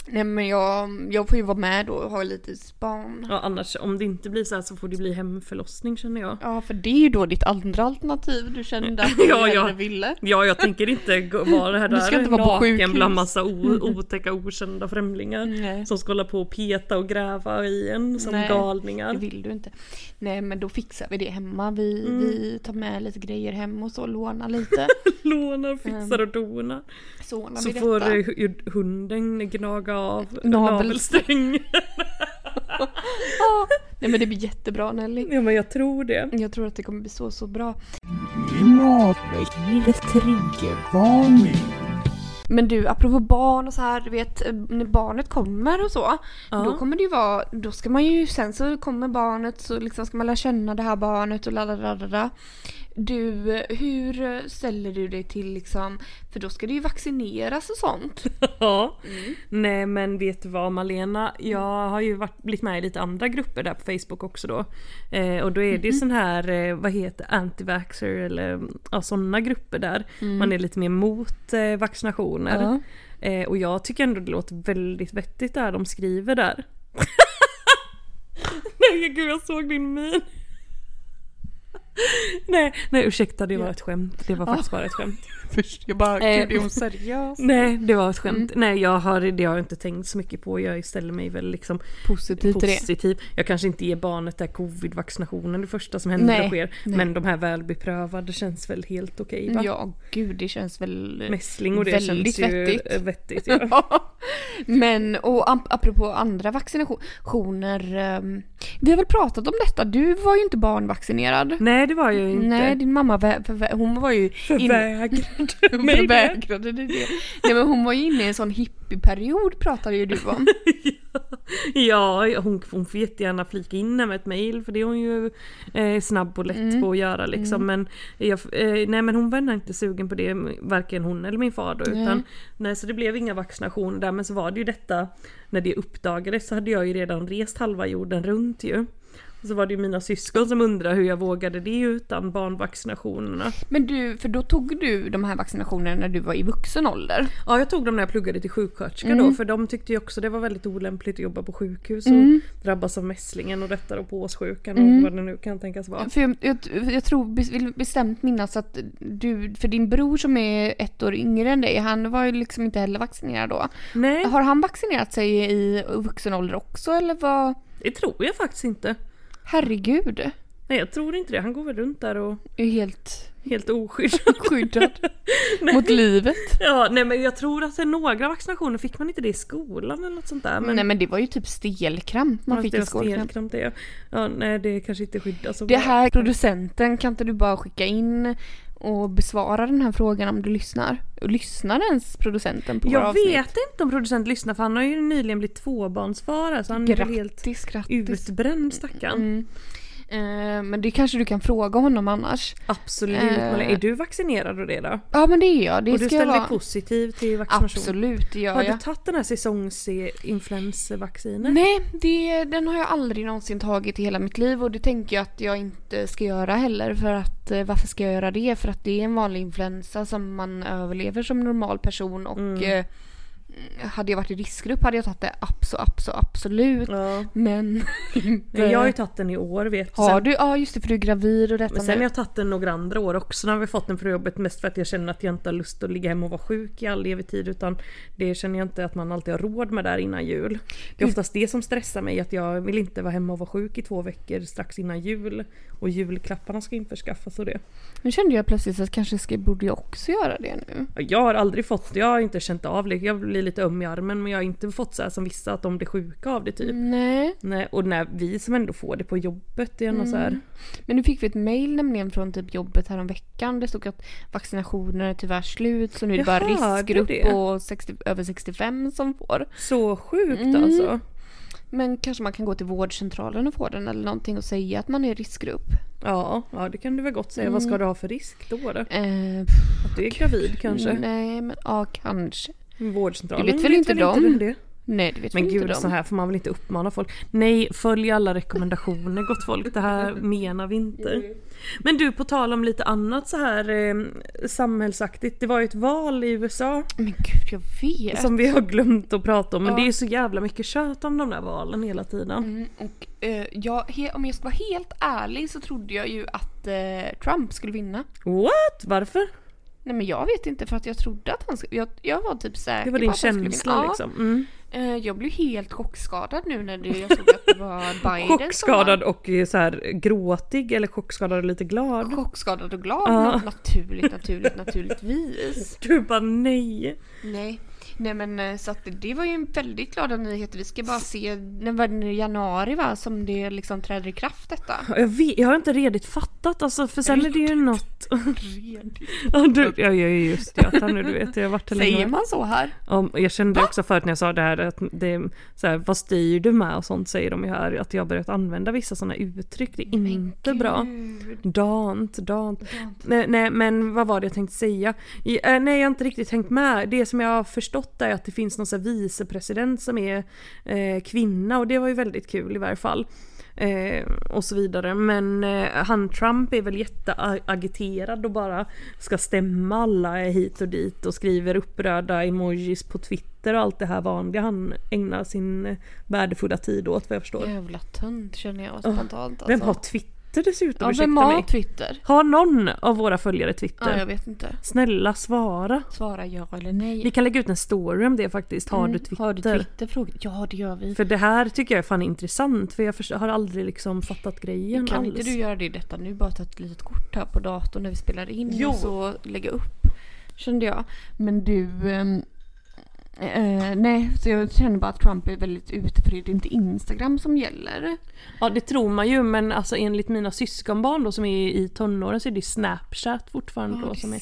[SPEAKER 3] Nej men jag, jag får ju vara med då och ha lite span.
[SPEAKER 2] Ja annars om det inte blir så här så får det bli hemförlossning känner jag.
[SPEAKER 3] Ja för det är ju då ditt andra alternativ du kände att du
[SPEAKER 2] Ja, ja.
[SPEAKER 3] hellre ville.
[SPEAKER 2] Ja jag tänker inte gå- vara det här
[SPEAKER 3] Du
[SPEAKER 2] där
[SPEAKER 3] ska inte vara på
[SPEAKER 2] naken
[SPEAKER 3] sjukhus. Mm.
[SPEAKER 2] bland massa o- otäcka okända främlingar.
[SPEAKER 3] Nej.
[SPEAKER 2] Som ska hålla på och peta och gräva i en som
[SPEAKER 3] Nej.
[SPEAKER 2] galningar.
[SPEAKER 3] Det vill du inte. Nej men då fixar vi det hemma. Vi,
[SPEAKER 2] Mm.
[SPEAKER 3] vi tar med lite grejer hem och så lånar lite.
[SPEAKER 2] Lånar,
[SPEAKER 3] Mm.
[SPEAKER 2] fixar och donar.
[SPEAKER 3] Så ordnar
[SPEAKER 2] Så
[SPEAKER 3] vi
[SPEAKER 2] får
[SPEAKER 3] detta.
[SPEAKER 2] eh, hu- hunden gnaga av
[SPEAKER 3] Navelsträngen.
[SPEAKER 2] navelsträngen.
[SPEAKER 3] Ja. Nej men det blir jättebra Nelly.
[SPEAKER 2] Ja men jag tror det.
[SPEAKER 3] Jag tror att det kommer bli så så bra.
[SPEAKER 5] Klimatväxlingens triggervarning.
[SPEAKER 3] Men du, apropå barn och så här, du vet eh, när barnet kommer och så.
[SPEAKER 2] Ja.
[SPEAKER 3] Då kommer det ju vara, då ska man ju, sen så kommer barnet så liksom ska man lära känna det här barnet och la la la la, la. Du, eh, hur eh, ställer du dig till liksom, för då ska det ju vaccineras och sånt.
[SPEAKER 2] Ja. Nej men vet du vad Malena, jag har ju varit, blivit med i lite andra grupper där på Facebook också då. Eh, och då är det sån här, eh, vad heter antivaxxer eller ja, sådana grupper där. Man är lite mer mot eh, vaccinationer. Eh, och jag tycker ändå det låter väldigt vettigt det här de skriver där. nej gud jag såg din min. nej, nej ursäkta det var ett skämt. Det var faktiskt bara ett skämt.
[SPEAKER 3] Först jag bara,
[SPEAKER 2] gud,
[SPEAKER 3] är hon seriös?
[SPEAKER 2] Nej, det var ett skämt.
[SPEAKER 3] Mm.
[SPEAKER 2] Nej, jag har, det har jag inte tänkt så mycket på. Jag ställer mig väl liksom
[SPEAKER 3] Positivt till det.
[SPEAKER 2] positiv. Jag kanske inte ger barnet det här covid-vaccinationen det första som händer
[SPEAKER 3] Nej,
[SPEAKER 2] och sker.
[SPEAKER 3] nej.
[SPEAKER 2] Men de här välbeprövade känns väl helt okej va?
[SPEAKER 3] Ja, gud det känns väl...
[SPEAKER 2] Mässling och det
[SPEAKER 3] Väldigt
[SPEAKER 2] känns ju
[SPEAKER 3] vettigt.
[SPEAKER 2] vettigt. vettigt ja.
[SPEAKER 3] Men och ap- apropå andra vaccinationer. ehm, vi har väl pratat om detta, du var ju inte barnvaccinerad.
[SPEAKER 2] Nej, det var jag ju inte.
[SPEAKER 3] Nej, din mamma vä- förvä- hon var ju
[SPEAKER 2] Förvägrade mig det.
[SPEAKER 3] förvägrade dig det. Nej men hon var ju inne i en sån hippieperiod pratade ju du om.
[SPEAKER 2] Ja, hon, hon får jättegärna flika in det med ett mail för det är hon ju eh, snabb och lätt på att göra liksom. Men, jag, eh, nej, men hon var nog inte sugen på det, varken hon eller min far då, utan, nej, Så det blev inga vaccinationer där men så var det ju detta när det uppdagades så hade jag ju redan rest halva jorden runt ju. Och så var det ju mina syskon som undrade hur jag vågade det utan barnvaccinationerna.
[SPEAKER 3] Men du, för då tog du de här vaccinationerna när du var i vuxen ålder.
[SPEAKER 2] Ja jag tog dem när jag pluggade till sjuksköterska då
[SPEAKER 3] Mm.
[SPEAKER 2] för de tyckte ju också det var väldigt olämpligt att jobba på sjukhus
[SPEAKER 3] Mm.
[SPEAKER 2] och drabbas av mässlingen och detta och påssjukan och vad det nu kan tänkas vara.
[SPEAKER 3] För jag, jag, jag tror, bes- vill bestämt minnas att du, för din bror som är ett år yngre än dig, han var ju liksom inte heller vaccinerad då.
[SPEAKER 2] Nej
[SPEAKER 3] Har han vaccinerat sig i vuxen ålder också eller vad?
[SPEAKER 2] det tror jag faktiskt inte.
[SPEAKER 3] Herregud.
[SPEAKER 2] Nej jag tror inte det, han går väl runt där och
[SPEAKER 3] Är helt
[SPEAKER 2] helt oskyddad.
[SPEAKER 3] skyddad
[SPEAKER 2] Nej.
[SPEAKER 3] mot livet.
[SPEAKER 2] ja, nej men jag tror att några vaccinationer fick man inte det i skolan eller något sånt där. Men
[SPEAKER 3] Nej men det var ju typ stelkramp man
[SPEAKER 2] Fast
[SPEAKER 3] fick
[SPEAKER 2] det
[SPEAKER 3] i
[SPEAKER 2] var
[SPEAKER 3] skolan.
[SPEAKER 2] stelkramp det. Ja, nej det kanske inte skyddas så
[SPEAKER 3] Det
[SPEAKER 2] bra.
[SPEAKER 3] här producenten, kan inte du bara skicka in och besvara den här frågan om du lyssnar? Och Lyssnar ens producenten på våra
[SPEAKER 2] Jag
[SPEAKER 3] avsnitt?
[SPEAKER 2] vet inte om producent lyssnar för han har ju nyligen blivit tvåbarnsfar här, så han är väl helt
[SPEAKER 3] Grattis, grattis.
[SPEAKER 2] utbränd stackarn.
[SPEAKER 3] Mm. Eh, men det kanske du kan fråga honom annars.
[SPEAKER 2] Absolut.
[SPEAKER 3] Eh.
[SPEAKER 2] Malin. Är du vaccinerad och det då?
[SPEAKER 3] Ja men det är jag, det
[SPEAKER 2] och
[SPEAKER 3] ska
[SPEAKER 2] du
[SPEAKER 3] jag
[SPEAKER 2] ställer dig
[SPEAKER 3] vara.
[SPEAKER 2] positiv till vaccination?
[SPEAKER 3] Absolut, det gör
[SPEAKER 2] Har
[SPEAKER 3] jag.
[SPEAKER 2] du tagit den här säsongsinfluensavaccinet?
[SPEAKER 3] Nej, det, den har jag aldrig någonsin tagit i hela mitt liv och det tänker jag att jag inte ska göra heller för att eh, varför ska jag göra det? För att det är en vanlig influensa som man överlever som normal person och
[SPEAKER 2] Mm.
[SPEAKER 3] eh, hade jag varit i riskgrupp hade jag tagit det abso, abso, absolut.
[SPEAKER 2] Ja.
[SPEAKER 3] Men inte.
[SPEAKER 2] Nej, jag har ju tagit den i år vet
[SPEAKER 3] har
[SPEAKER 2] sen,
[SPEAKER 3] du? Ja just det för du är gravid och detta
[SPEAKER 2] Men sen
[SPEAKER 3] nu.
[SPEAKER 2] har jag tagit den några andra år också när vi fått den för jobbet mest för att jag känner att jag inte har lust att ligga hemma och vara sjuk i all evig tid utan det känner jag inte att man alltid har råd med där innan jul.
[SPEAKER 3] Mm.
[SPEAKER 2] Det är oftast det som stressar mig att jag vill inte vara hemma och vara sjuk i två veckor strax innan jul och julklapparna ska införskaffas och det.
[SPEAKER 3] Nu kände jag plötsligt att kanske ska, borde jag också göra det nu.
[SPEAKER 2] Jag har aldrig fått, jag har inte känt av det. Jag blir lite öm i armen men jag har inte fått så här som vissa att de blir sjuka av det typ.
[SPEAKER 3] Mm. Nej.
[SPEAKER 2] Nej, och när vi som ändå får det på jobbet det är mm. så här.
[SPEAKER 3] Men nu fick vi ett mail nämligen från typ jobbet häromveckan. Det stod att vaccinationerna är tyvärr slut så nu är det
[SPEAKER 2] Jag
[SPEAKER 3] bara
[SPEAKER 2] hörde
[SPEAKER 3] riskgrupp
[SPEAKER 2] det.
[SPEAKER 3] och 60, över 65 som får.
[SPEAKER 2] Så sjukt
[SPEAKER 3] Mm.
[SPEAKER 2] alltså.
[SPEAKER 3] Men kanske man kan gå till vårdcentralen och få den eller någonting och säga att man är i riskgrupp.
[SPEAKER 2] Ja, ja det kan du väl gott säga. Vad
[SPEAKER 3] Mm.
[SPEAKER 2] ska du ha för risk då? då?
[SPEAKER 3] Eh,
[SPEAKER 2] Att du är gravid kanske?
[SPEAKER 3] Nej men ja kanske.
[SPEAKER 2] Vårdcentralen
[SPEAKER 3] Mm. Det vet väl inte de?
[SPEAKER 2] det.
[SPEAKER 3] Nej det vet
[SPEAKER 2] Men
[SPEAKER 3] väl inte
[SPEAKER 2] gud
[SPEAKER 3] de.
[SPEAKER 2] så här får man väl inte uppmana folk. Nej följ alla rekommendationer gott folk. Det här menar vi inte. Men du på tal om lite annat så här eh, samhällsaktigt. Det var ju ett val i USA.
[SPEAKER 3] Men gud jag vet.
[SPEAKER 2] Som vi har glömt att prata om men
[SPEAKER 3] Ja.
[SPEAKER 2] det är ju så jävla mycket tjöt om de där valen hela tiden.
[SPEAKER 3] Mm, och, eh, jag, he, om jag ska vara helt ärlig så trodde jag ju att eh, Trump skulle vinna.
[SPEAKER 2] What? Varför?
[SPEAKER 3] Nej men jag vet inte för att jag trodde att han skulle... Jag, jag var typ säker
[SPEAKER 2] Det var
[SPEAKER 3] på
[SPEAKER 2] din
[SPEAKER 3] att han skulle vinna.
[SPEAKER 2] känsla
[SPEAKER 3] Ja.
[SPEAKER 2] liksom. Mm.
[SPEAKER 3] Eh, Jag blev helt chockskadad nu när det, jag såg att det var Biden som
[SPEAKER 2] Chockskadad och eh, så här gråtig eller chockskadad och lite glad.
[SPEAKER 3] vann. Chockskadad och glad.
[SPEAKER 2] Ja.
[SPEAKER 3] Naturligt, naturligt, naturligtvis.
[SPEAKER 2] Du bara nej.
[SPEAKER 3] Nej. Nej men eh, så att det- det var ju en väldigt glada nyheter. Vi ska bara se, när var det i januari va, som det liksom träder i kraft detta.
[SPEAKER 2] Jag, vet, jag har inte redigt fattat alltså, för sen är det ju något... Ja, du, ja, ja, just det. Att nu, du vet, jag har varit här
[SPEAKER 3] Säger
[SPEAKER 2] länge.
[SPEAKER 3] man så här?
[SPEAKER 2] Om, jag kände också förut när jag sa det här att det, så här, vad styr du med och sånt säger de ju här att jag har börjat använda vissa sådana uttryck. Det är inte bra. Dant, dant. Nej, nej men vad var det jag tänkte säga? I, eh, nej jag har inte riktigt hängt med. Det som jag har förstått är att det finns någon så här vicepresident som är eh, kvinna och det var ju väldigt kul i varje fall. Eh, och så vidare. Men eh, han Trump är väl jätteagiterad och bara ska stämma alla hit och dit och skriver upprörda emojis på Twitter och allt det här vanliga han ägnar sin eh, värdefulla tid åt vad jag förstår.
[SPEAKER 3] Jävla tönt känner jag
[SPEAKER 2] Åh,
[SPEAKER 3] spontant.
[SPEAKER 2] Vem
[SPEAKER 3] alltså.
[SPEAKER 2] har Twitter dessutom?
[SPEAKER 3] ja,
[SPEAKER 2] ursäkta
[SPEAKER 3] vem har
[SPEAKER 2] mig.
[SPEAKER 3] Twitter?
[SPEAKER 2] Har någon av våra följare Twitter?
[SPEAKER 3] Ja, jag vet inte.
[SPEAKER 2] Snälla svara.
[SPEAKER 3] Svara ja eller nej.
[SPEAKER 2] Vi kan lägga ut en story om det faktiskt. Har du Twitter?
[SPEAKER 3] Mm, Har du Twitter? Fråga- Ja det gör vi.
[SPEAKER 2] För det här tycker jag är fan intressant för jag förs- har aldrig liksom fattat grejen
[SPEAKER 3] Kan
[SPEAKER 2] alls.
[SPEAKER 3] inte du göra det i detta nu? Bara ta ett litet kort här på datorn när vi spelar in
[SPEAKER 2] Jo.
[SPEAKER 3] och så lägga upp. Kände jag.
[SPEAKER 4] Men du... ehm, eh, nej, så jag känner bara att Trump är väldigt ute för det. Det är inte Instagram som gäller.
[SPEAKER 2] Ja det tror man ju men alltså enligt mina syskonbarn då som är i tonåren så är det Snapchat fortfarande då som är.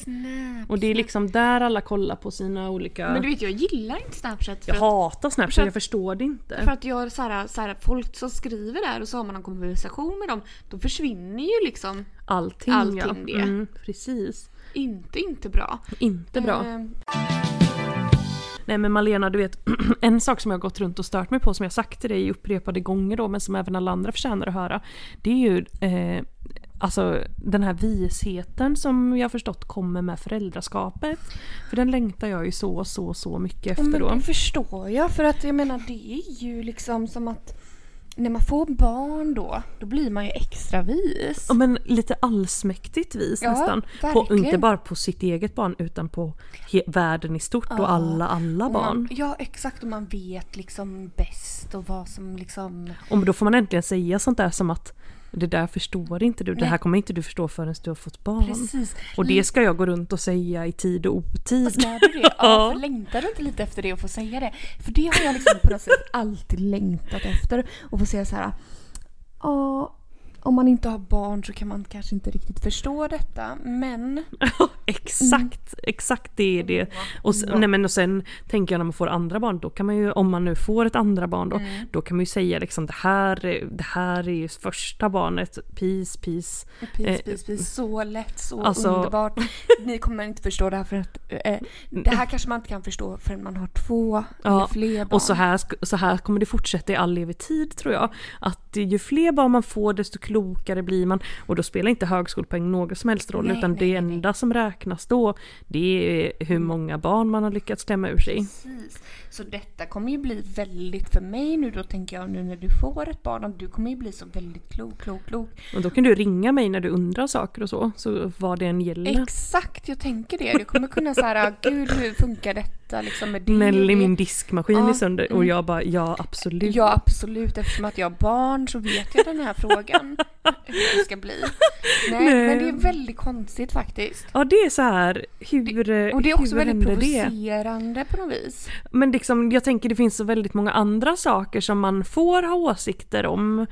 [SPEAKER 2] Och det är liksom där alla kollar på sina olika...
[SPEAKER 3] Men du vet jag gillar inte Snapchat. För
[SPEAKER 2] jag
[SPEAKER 3] att,
[SPEAKER 2] hatar Snapchat,
[SPEAKER 3] för att-
[SPEAKER 2] jag förstår det inte.
[SPEAKER 3] för att jag så här, så här, folk som skriver där och så har man en konversation med dem. Då försvinner ju liksom.
[SPEAKER 2] Allting,
[SPEAKER 3] allting
[SPEAKER 2] ja.
[SPEAKER 3] det.
[SPEAKER 2] Mm, precis.
[SPEAKER 3] Inte inte bra.
[SPEAKER 2] Inte bra.
[SPEAKER 3] Eh,
[SPEAKER 2] Nej men Malena, du vet en sak som jag har gått runt och stört mig på som jag sagt till dig upprepade gånger då men som även alla andra förtjänar att höra. Det är ju eh, alltså den här visheten som jag har förstått kommer med föräldraskapet. För den längtar jag ju så, så, så mycket
[SPEAKER 3] Ja,
[SPEAKER 2] efter
[SPEAKER 3] men
[SPEAKER 2] då.
[SPEAKER 3] det förstår jag för att jag menar det är ju liksom som att när man får barn då, då blir man ju extra vis.
[SPEAKER 2] Ja men lite allsmäktigt vis
[SPEAKER 3] Ja,
[SPEAKER 2] nästan. På,
[SPEAKER 3] verkligen.
[SPEAKER 2] inte bara på sitt eget barn utan på he- världen i stort
[SPEAKER 3] Ja.
[SPEAKER 2] och alla, alla
[SPEAKER 3] Och man-
[SPEAKER 2] barn.
[SPEAKER 3] Ja exakt och man vet liksom bäst och vad som liksom...
[SPEAKER 2] Och då får man äntligen säga sånt där som att det där förstår inte du, det
[SPEAKER 3] Nej.
[SPEAKER 2] här kommer inte du förstå förrän du har fått barn.
[SPEAKER 3] Precis.
[SPEAKER 2] Och det ska jag gå runt och säga i tid och otid.
[SPEAKER 3] Mm. Ska du det?
[SPEAKER 2] Ja.
[SPEAKER 3] Ja, för längtar du inte lite efter det och få säga det? För det har jag liksom på något sätt alltid längtat efter. Och få säga så här. Ja, om man inte har barn så kan man kanske inte riktigt förstå detta. Men
[SPEAKER 2] exakt, exakt det är det. Och, s- nej, men och sen tänker jag när man får andra barn, då kan man ju, om man nu får ett andra barn då, då kan man ju säga liksom det här, är- det här är ju första barnet, peace, peace. Eh,
[SPEAKER 3] pis, pis, pis, så lätt, så
[SPEAKER 2] alltså-
[SPEAKER 3] underbart. Ni kommer inte förstå det här för att eh, det här kanske man inte kan förstå förrän man har två eller
[SPEAKER 2] Ja,
[SPEAKER 3] fler barn.
[SPEAKER 2] Och så här, sk- så här kommer det fortsätta i all evig tid tror jag. Att ju fler barn man får desto klokare blir man. Och då spelar inte högskolepoäng någon som helst roll
[SPEAKER 3] Nej,
[SPEAKER 2] utan
[SPEAKER 3] nej,
[SPEAKER 2] det
[SPEAKER 3] nej, Mm.
[SPEAKER 2] enda som räknas då det är hur många barn man har lyckats klämma ur sig.
[SPEAKER 3] Precis. Så detta kommer ju bli väldigt för mig nu då tänker jag nu när du får ett barn. att Du kommer ju bli så väldigt klok, klok, klok.
[SPEAKER 2] Och då kan du ringa mig när du undrar saker och så, så vad det än gäller.
[SPEAKER 3] Exakt, jag tänker det. Du kommer kunna säga ah, gud hur funkar detta liksom med det?
[SPEAKER 2] Nelly min diskmaskin är
[SPEAKER 3] Ja, mm.
[SPEAKER 2] sönder och jag bara ja absolut.
[SPEAKER 3] Ja absolut, eftersom att jag har barn så vet jag den här frågan. hur det ska bli. Nej,
[SPEAKER 2] Nej.
[SPEAKER 3] men det är väldigt konstigt faktiskt.
[SPEAKER 2] Ja det är så här hur
[SPEAKER 3] Och det är också
[SPEAKER 2] hur
[SPEAKER 3] väldigt
[SPEAKER 2] händer det?
[SPEAKER 3] provocerande på något vis.
[SPEAKER 2] Men liksom, jag tänker det finns så väldigt många andra saker som man får ha åsikter om.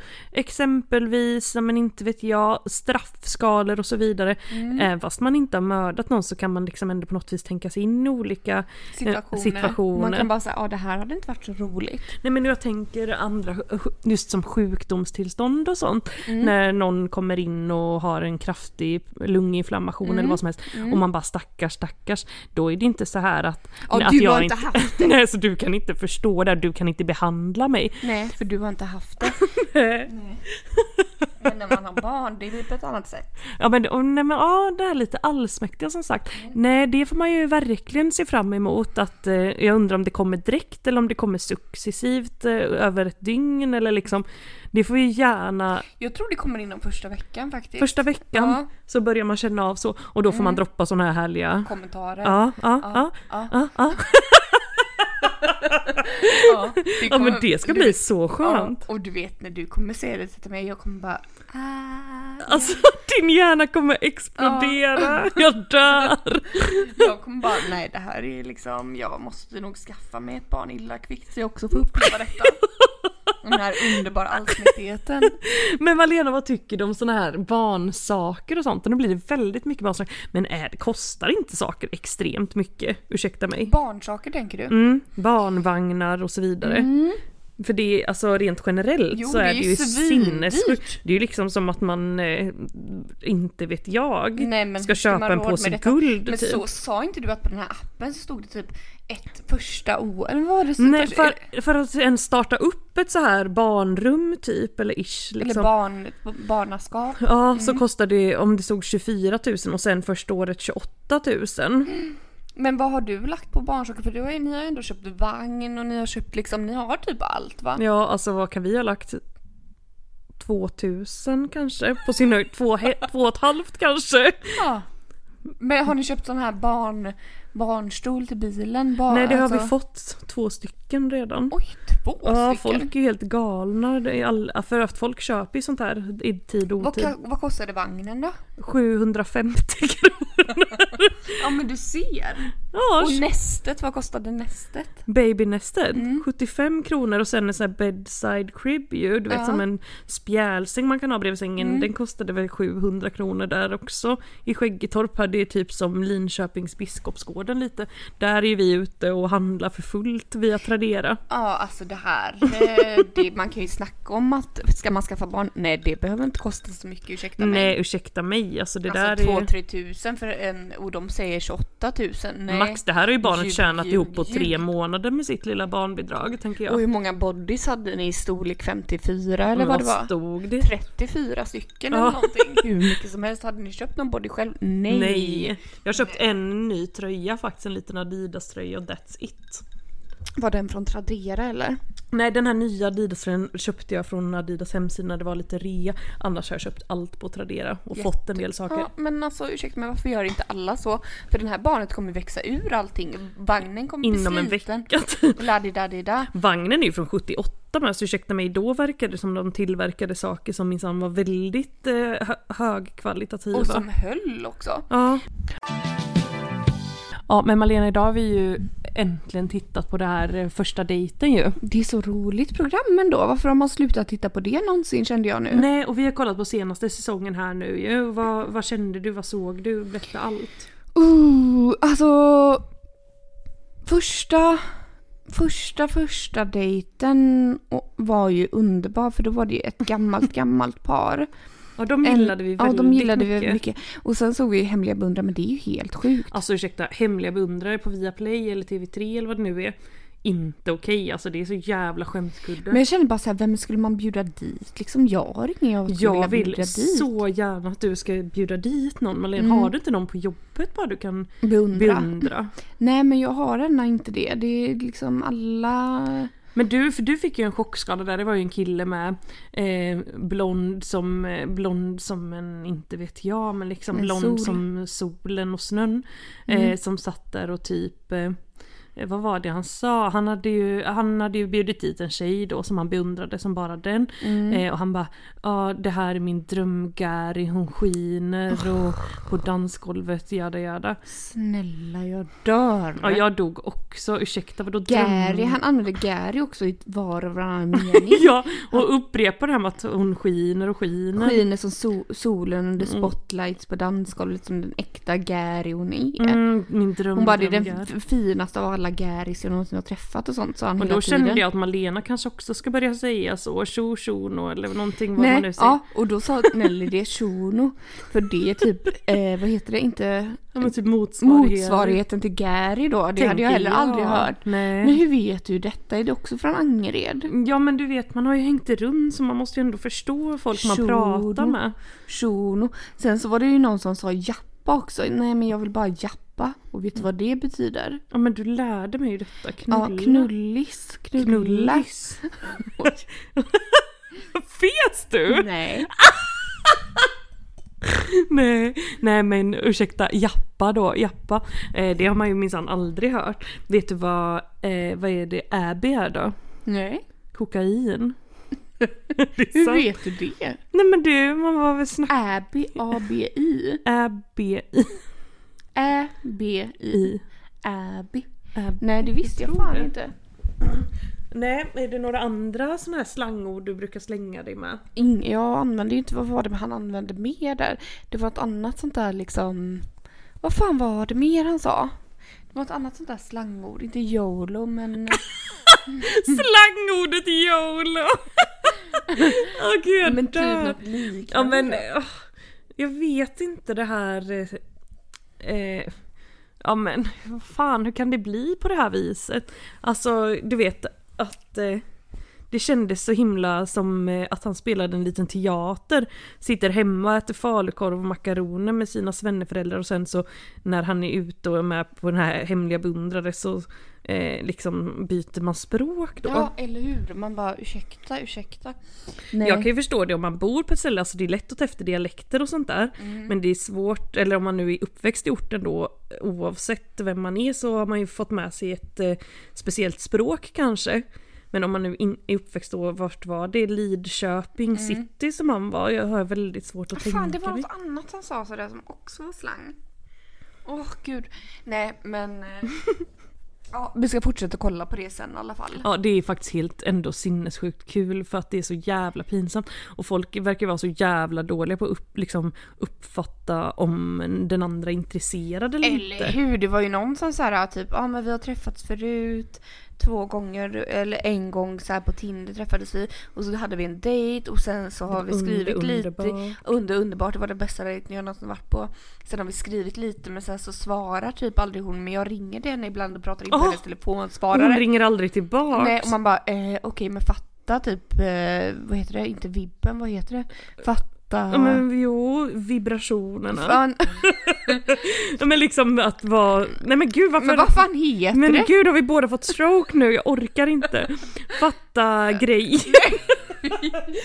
[SPEAKER 2] Exempelvis, ja, men inte vet jag, straffskalor och så vidare.
[SPEAKER 3] Mm.
[SPEAKER 2] Även fast man inte har mördat någon så kan man liksom ändå på något vis tänka sig in i olika
[SPEAKER 3] Situationer.
[SPEAKER 2] situationer. situationer.
[SPEAKER 3] Man kan bara säga ah, det här hade inte varit så roligt.
[SPEAKER 2] Nej men jag tänker andra, just som sjukdomstillstånd och sånt.
[SPEAKER 3] Mm.
[SPEAKER 2] När någon kommer in och har en kraftig lunginflammation eller
[SPEAKER 3] Mm.
[SPEAKER 2] vad som helst. Och man bara stackars stackars. Då är det inte så här att...
[SPEAKER 3] Ja,
[SPEAKER 2] nej,
[SPEAKER 3] du
[SPEAKER 2] att
[SPEAKER 3] har inte haft
[SPEAKER 2] det. Nej så du kan inte förstå det, du kan inte behandla mig.
[SPEAKER 3] Nej, för du har inte haft det. Nej. Men när man har barn, det blir på ett annat sätt.
[SPEAKER 2] Ja men, och, nej, men ja, det här lite allsmäktiga som sagt.
[SPEAKER 3] Mm.
[SPEAKER 2] Nej det får man ju verkligen se fram emot. Att, eh, jag undrar om det kommer direkt eller om det kommer successivt eh, över ett dygn eller liksom. Det får ju gärna
[SPEAKER 3] Jag tror det kommer inom första veckan faktiskt.
[SPEAKER 2] Första veckan
[SPEAKER 3] Ja.
[SPEAKER 2] så börjar man känna av så och då får man droppa såna här härliga...
[SPEAKER 3] Kommentarer.
[SPEAKER 2] Ja, ja, ja.
[SPEAKER 3] Ja, ja,
[SPEAKER 2] Ja, ja.
[SPEAKER 3] ja.
[SPEAKER 2] ja men det ska
[SPEAKER 3] du
[SPEAKER 2] bli
[SPEAKER 3] vet-
[SPEAKER 2] så skönt.
[SPEAKER 3] Ja, och du vet när du kommer säga det till mig, jag kommer bara
[SPEAKER 2] Alltså din hjärna kommer explodera. Jag dör.
[SPEAKER 3] Jag kommer bara, nej det här är liksom, jag måste nog skaffa mig ett barn illa kvickt så jag också får uppleva detta. Den här underbara allsmäktigheten.
[SPEAKER 2] Men Malena vad tycker du om såna här barnsaker och sånt? Nu blir det väldigt mycket barnsaker. Men är, kostar inte saker extremt mycket? Ursäkta mig.
[SPEAKER 3] Barnsaker tänker du?
[SPEAKER 2] Mm, barnvagnar och så vidare. För det är alltså rent generellt
[SPEAKER 3] Mm. Jo,
[SPEAKER 2] så
[SPEAKER 3] det
[SPEAKER 2] är
[SPEAKER 3] är
[SPEAKER 2] det
[SPEAKER 3] ju
[SPEAKER 2] ju
[SPEAKER 3] svindyrt.
[SPEAKER 2] sinnessjukt. Det är ju liksom som att man, eh, inte vet jag,
[SPEAKER 3] Nej, men
[SPEAKER 2] ska
[SPEAKER 3] hur
[SPEAKER 2] köpa
[SPEAKER 3] man
[SPEAKER 2] en
[SPEAKER 3] råd
[SPEAKER 2] påse
[SPEAKER 3] med detta?
[SPEAKER 2] guld
[SPEAKER 3] Men
[SPEAKER 2] typ.
[SPEAKER 3] så sa inte du att på den här appen så stod det typ ett första år? Eller vad var det?
[SPEAKER 2] Nej,
[SPEAKER 3] första-
[SPEAKER 2] för, för att ens starta upp ett så här barnrum typ eller ish
[SPEAKER 3] Eller
[SPEAKER 2] liksom.
[SPEAKER 3] barn, Mm. barnaskap.
[SPEAKER 2] Ja, så kostar det om det stod 24 000 och sen första året 28 000.
[SPEAKER 3] Men vad har du lagt på barnsaker? För du har, ju- ni har ju ändå köpt vagn och ni har köpt liksom, ni har typ allt va?
[SPEAKER 2] Ja, alltså vad kan vi ha lagt? 2000 kanske? På sin höjd två, he- två och ett halvt kanske?
[SPEAKER 3] Ja. Men har ni köpt sån här barn, barnstol till bilen? Barn,
[SPEAKER 2] Nej, det har
[SPEAKER 3] alltså-
[SPEAKER 2] vi fått två stycken redan.
[SPEAKER 3] Oj, två
[SPEAKER 2] Ja,
[SPEAKER 3] stycken.
[SPEAKER 2] folk är ju helt galna. Det är all, för att folk köper ju sånt här i tid och
[SPEAKER 3] Vad,
[SPEAKER 2] otid.
[SPEAKER 3] ka- vad kostade vagnen då?
[SPEAKER 2] 750 kronor.
[SPEAKER 3] Ja men du ser!
[SPEAKER 2] Ja,
[SPEAKER 3] Och nästet, vad kostade nästet?
[SPEAKER 2] babynästet.
[SPEAKER 3] Mm.
[SPEAKER 2] 75 kronor och sen en sån här bedside crib ju. Du vet
[SPEAKER 3] Ja. Mm.
[SPEAKER 2] som en spjälsäng man kan ha bredvid sängen. Den kostade väl 700 kronor där också. I Skäggetorp hade det typ som Linköpings biskopsgården lite. Där är vi ute och handlar för fullt via Tradera.
[SPEAKER 3] Ja alltså det här, eh, det, man kan ju snacka om att ska man skaffa barn? Nej det behöver inte kosta så mycket ursäkta mig.
[SPEAKER 2] Nej ursäkta mig, alltså det
[SPEAKER 3] alltså
[SPEAKER 2] där är
[SPEAKER 3] 2-3 tusen för en, och de säger 28 tusen. Nej.
[SPEAKER 2] Max, det här har ju barnet
[SPEAKER 3] Ljug,
[SPEAKER 2] tjänat
[SPEAKER 3] ljug,
[SPEAKER 2] ihop på
[SPEAKER 3] ljug.
[SPEAKER 2] tre månader med sitt lilla barnbidrag tänker jag.
[SPEAKER 3] Och hur många bodies hade ni i storlek 54 eller vad det var?
[SPEAKER 2] stod det?
[SPEAKER 3] 34 stycken
[SPEAKER 2] Ja.
[SPEAKER 3] eller någonting. Hur mycket som helst. Hade ni köpt någon body själv? Nej.
[SPEAKER 2] Nej. Jag har köpt en ny tröja faktiskt, en liten Adidas-tröja och that's it.
[SPEAKER 3] Var den från Tradera eller?
[SPEAKER 2] Nej, den här nya adidas köpte jag från Adidas hemsida när det var lite rea. Annars har jag köpt allt på Tradera och fått en del saker.
[SPEAKER 3] Ja, men alltså ursäkta mig varför gör inte alla så? För den här barnet kommer växa ur allting. Vagnen kommer
[SPEAKER 2] Inom en
[SPEAKER 3] bli sliten.
[SPEAKER 2] vecka. typ.
[SPEAKER 3] Ladidadida.
[SPEAKER 2] Vagnen är ju från 78 men så ursäkta mig, då verkade det som de tillverkade saker som minsann var väldigt eh, hö- högkvalitativa.
[SPEAKER 3] Och som höll också.
[SPEAKER 2] Ja. Ja men Malena idag har vi ju äntligen tittat på det här eh, första dejten ju.
[SPEAKER 3] Det är så roligt program ändå. Varför har man slutat titta på det någonsin kände jag nu?
[SPEAKER 2] Nej och vi har kollat på senaste säsongen här nu ju. Vad, vad kände du, vad såg du, berätta allt.
[SPEAKER 3] Ooh, alltså... Första... Första, första dejten och- var ju underbar för då var det ju ett gammalt, gammalt par.
[SPEAKER 2] Ja de
[SPEAKER 3] En-
[SPEAKER 2] gillade vi
[SPEAKER 3] Ja,
[SPEAKER 2] väldigt
[SPEAKER 3] de gillade
[SPEAKER 2] mycket.
[SPEAKER 3] vi mycket. Och sen såg vi ju Hemliga beundran, men det är ju helt sjukt.
[SPEAKER 2] Alltså ursäkta, hemliga beundrare på Viaplay eller TV3 eller vad det nu är. Inte okej alltså det är så jävla skämskudde.
[SPEAKER 3] Men jag känner bara så här, vem skulle man bjuda dit? Liksom jag har ingen jag skulle
[SPEAKER 2] jag
[SPEAKER 3] vilja
[SPEAKER 2] vill
[SPEAKER 3] bjuda dit.
[SPEAKER 2] så gärna att du ska bjuda dit någon Malin. Har du inte någon på jobbet bara du kan
[SPEAKER 3] Beundra.
[SPEAKER 2] beundra?
[SPEAKER 3] Nej men jag har ändå inte det. Det är liksom alla...
[SPEAKER 2] Men du, för du fick ju en chockskada där, det var ju en kille med eh, blond, som, eh, blond som en, inte vet jag, men liksom
[SPEAKER 3] En
[SPEAKER 2] blond
[SPEAKER 3] sol.
[SPEAKER 2] som solen och snön. Eh, som satt där och typ eh, vad var det han sa? Han hade, ju, han hade ju bjudit dit en tjej då som han beundrade som bara den. Eh, och han bara ja det här är min drömgäri, hon skiner och på dansgolvet jada jada.
[SPEAKER 3] Snälla jag dör.
[SPEAKER 2] Ja jag dog också, ursäkta vadå
[SPEAKER 3] Gary,
[SPEAKER 2] dröm-
[SPEAKER 3] han använde Gary också i var och varannan mening.
[SPEAKER 2] Ja, och upprepar det här med att hon skiner och skiner.
[SPEAKER 3] skiner som so- solen under
[SPEAKER 2] Mm.
[SPEAKER 3] spotlights på dansgolvet som liksom den äkta Gary hon är.
[SPEAKER 2] Mm, min dröm,
[SPEAKER 3] Hon bara det är
[SPEAKER 2] dröm,
[SPEAKER 3] den
[SPEAKER 2] Gerd."
[SPEAKER 3] f- finaste av alla Garys jag någonsin har träffat och sånt sa han
[SPEAKER 2] Och
[SPEAKER 3] hela
[SPEAKER 2] då
[SPEAKER 3] tiden.
[SPEAKER 2] kände jag att Malena kanske också ska börja säga så, tjo tjo nå, eller någonting vad man nu
[SPEAKER 3] Nej,
[SPEAKER 2] säger.
[SPEAKER 3] ja, och då sa Nelly det är Shuno. För det är typ, eh, vad heter det, inte
[SPEAKER 2] Ja, men typ motsvarighet.
[SPEAKER 3] motsvarigheten till Gary då. Det hade
[SPEAKER 2] tänker
[SPEAKER 3] jag heller
[SPEAKER 2] jag.
[SPEAKER 3] aldrig hört.
[SPEAKER 2] Nej.
[SPEAKER 3] Men hur vet du detta? Är det också från Angered?
[SPEAKER 2] Ja men du vet man har ju hängt runt så man måste ju ändå förstå folk man
[SPEAKER 3] Tjo
[SPEAKER 2] pratar
[SPEAKER 3] då.
[SPEAKER 2] med.
[SPEAKER 3] Shuno. Sen så var det ju någon som sa jappa också. Nej men jag vill bara jappa. Och vet du vad det betyder?
[SPEAKER 2] Ja men du lärde mig ju detta, knulla.
[SPEAKER 3] Ja, knullis. Knulla.
[SPEAKER 2] Knullis. Fes du?
[SPEAKER 3] Nej.
[SPEAKER 2] Nej, nej men ursäkta, jappa då, jappa. Eh, det har man ju minsann aldrig hört. Vet du vad, eh, vad är det Abby är då?
[SPEAKER 3] Nej.
[SPEAKER 2] Kokain. Det är
[SPEAKER 3] Hur
[SPEAKER 2] sant.
[SPEAKER 3] vet du det?
[SPEAKER 2] Nej men du, man var väl snack...
[SPEAKER 3] Abby, A-B-I.
[SPEAKER 2] Abbi.
[SPEAKER 3] Ä-B-I. Abby.
[SPEAKER 2] Ab-
[SPEAKER 3] Nej, det visste jag fan inte.
[SPEAKER 2] Nej, är det några andra sådana här slangord du brukar slänga dig med?
[SPEAKER 3] Ing- jag använde ju inte, vad var det han använde mer där? Det var ett annat sånt där liksom... Vad fan var det mer han sa? Det var ett annat sånt där slangord, inte YOLO men...
[SPEAKER 2] Slangordet YOLO! Åh gud!
[SPEAKER 3] men typ något liknande.
[SPEAKER 2] Ja men åh, jag vet inte det här... eh, Eh, ja men vad fan hur kan det bli på det här viset? Alltså du vet att eh, det kändes så himla som eh, att han spelade en liten teater. Sitter hemma, äter falukorv och makaroner med sina svenneföräldrar och sen så när han är ute och är med på den här hemliga beundrare så eh, liksom byter man språk då.
[SPEAKER 3] Ja, eller hur? Man bara ursäkta, ursäkta.
[SPEAKER 4] Nej.
[SPEAKER 2] Jag kan ju förstå det om man bor på ett ställe, alltså det är lätt att ta efter dialekter och sånt där.
[SPEAKER 3] Mm.
[SPEAKER 2] Men det är svårt, eller om man nu är uppväxt i orten då, oavsett vem man är så har man ju fått med sig ett eh, speciellt språk kanske. Men om man nu in, är uppväxt då, vart var det? Lidköping city som han var? Jag har väldigt svårt att
[SPEAKER 3] Mm. Fan, det
[SPEAKER 2] tänka
[SPEAKER 3] var
[SPEAKER 2] mig.
[SPEAKER 3] något annat han sa sådär som också var slang. Åh gud. Nej men... eh, ja, vi ska fortsätta kolla på det sen i alla fall.
[SPEAKER 2] Ja det är faktiskt helt ändå sinnessjukt kul för att det är så jävla pinsamt. Och folk verkar vara så jävla dåliga på att upp, liksom, uppfatta om den andra är intresserad eller, inte.
[SPEAKER 3] Eller hur? Det var ju någon som så här, typ, ja ah, men vi har träffats förut två gånger eller en gång så här på Tinder träffades vi och så hade vi en dejt och sen så har vi
[SPEAKER 2] Under-
[SPEAKER 3] skrivit lite.
[SPEAKER 2] underbart.
[SPEAKER 3] Under underbart, det var den bästa dejten jag någonsin varit på. Sen har vi skrivit lite men sen så svarar typ aldrig hon men jag ringer den ibland och pratar in på
[SPEAKER 2] Åh!
[SPEAKER 3] hennes
[SPEAKER 2] Och
[SPEAKER 3] telefonsvarare.
[SPEAKER 2] Hon ringer aldrig tillbaka.
[SPEAKER 3] Nej, och man bara eh, okej men fatta typ, eh, vad heter det, inte vibben, vad heter det? Fatta...
[SPEAKER 2] Ja men jo, vibrationerna.
[SPEAKER 3] Fan,
[SPEAKER 2] Ja, men liksom att vara... Nej men gud varför...
[SPEAKER 3] men vad fan heter
[SPEAKER 2] men
[SPEAKER 3] det?
[SPEAKER 2] gud har vi båda fått stroke nu, jag orkar inte. Fatta grej. Signalen.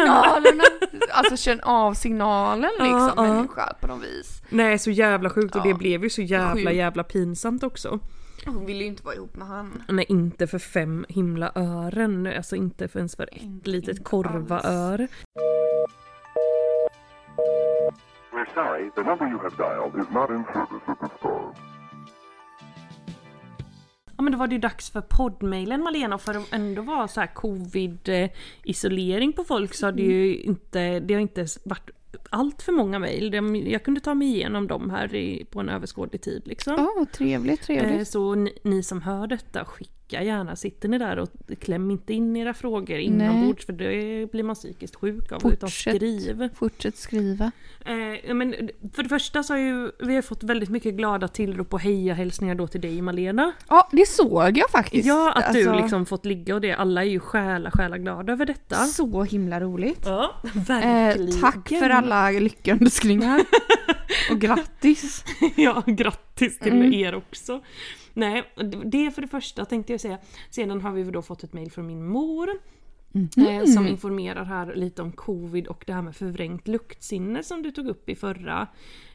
[SPEAKER 3] Signalerna! Alltså känn av signalen
[SPEAKER 2] Ja,
[SPEAKER 3] liksom,
[SPEAKER 2] ja.
[SPEAKER 3] människa på något vis.
[SPEAKER 2] Nej så jävla sjukt och
[SPEAKER 3] Ja.
[SPEAKER 2] det blev ju så jävla
[SPEAKER 3] Sjukt.
[SPEAKER 2] jävla pinsamt också.
[SPEAKER 3] Hon ville ju inte vara ihop med han.
[SPEAKER 2] Nej inte för fem himla ören, alltså inte för ens för ett
[SPEAKER 3] Inte-
[SPEAKER 2] litet
[SPEAKER 3] inte alls.
[SPEAKER 2] korvaöre.
[SPEAKER 6] We're sorry, the number you have dialed is not in service at this time.
[SPEAKER 2] Ja men då var det ju dags för poddmailen Malena och för att ändå vara så här covid-isolering på folk så har det ju inte, det har inte varit allt för många mejl. De- Jag kunde ta mig igenom dem här i, på en överskådlig tid liksom.
[SPEAKER 3] Ja, vad trevligt,
[SPEAKER 2] Eh, Så ni, ni som hör detta, skicka gärna. Sitter ni där och kläm inte in era frågor inombords för det blir man psykiskt sjuk av. Utan
[SPEAKER 3] Fortsätt.
[SPEAKER 2] skriv.
[SPEAKER 3] Fortsätt skriva.
[SPEAKER 2] Eh, ja, men för det första så har ju, vi har fått väldigt mycket glada tillrop och hejahälsningar då till dig Malena.
[SPEAKER 3] Ja, det såg jag faktiskt.
[SPEAKER 2] Ja, att
[SPEAKER 3] Alltså,
[SPEAKER 2] du liksom fått ligga och det. Alla är ju själa, själa glada över detta.
[SPEAKER 3] Så himla roligt.
[SPEAKER 2] Ja,
[SPEAKER 3] Eh,
[SPEAKER 2] verkligen.
[SPEAKER 3] tack för alla lyckönskningar. Och grattis.
[SPEAKER 2] ja, grattis till er också. Nej, det är för det första tänkte jag säga. Sedan har vi väl då fått ett mejl från min mor. Eh, som informerar här lite om covid och det här med förvrängt luktsinne som du tog upp i förra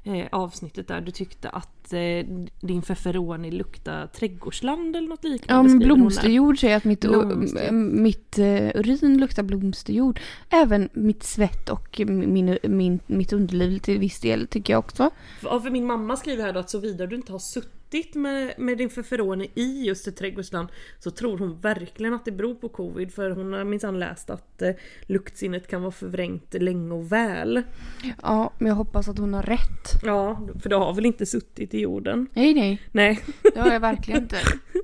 [SPEAKER 2] eh, avsnittet där du tyckte att eh, din feferoni luktar trädgårdsland eller något liknande.
[SPEAKER 3] Ja, men
[SPEAKER 2] skriver hon här.
[SPEAKER 3] blomsterjord säger att mitt,
[SPEAKER 2] Blomster.
[SPEAKER 3] m- mitt eh, urin luktar blomsterjord. Även mitt svett och min, min, mitt underliv till viss del tycker jag också.
[SPEAKER 2] Ja, för min mamma skriver här då att såvida du inte har suttit med, med din förförråne i just ett trädgårdsland så tror hon verkligen att det beror på covid för hon har minsann läst att eh, luktsinnet kan vara förvrängt länge och väl.
[SPEAKER 3] Ja, men jag hoppas att hon har rätt.
[SPEAKER 2] Ja, för du har väl inte suttit i jorden?
[SPEAKER 3] Nej, nej.
[SPEAKER 2] Nej,
[SPEAKER 3] Det har jag verkligen inte.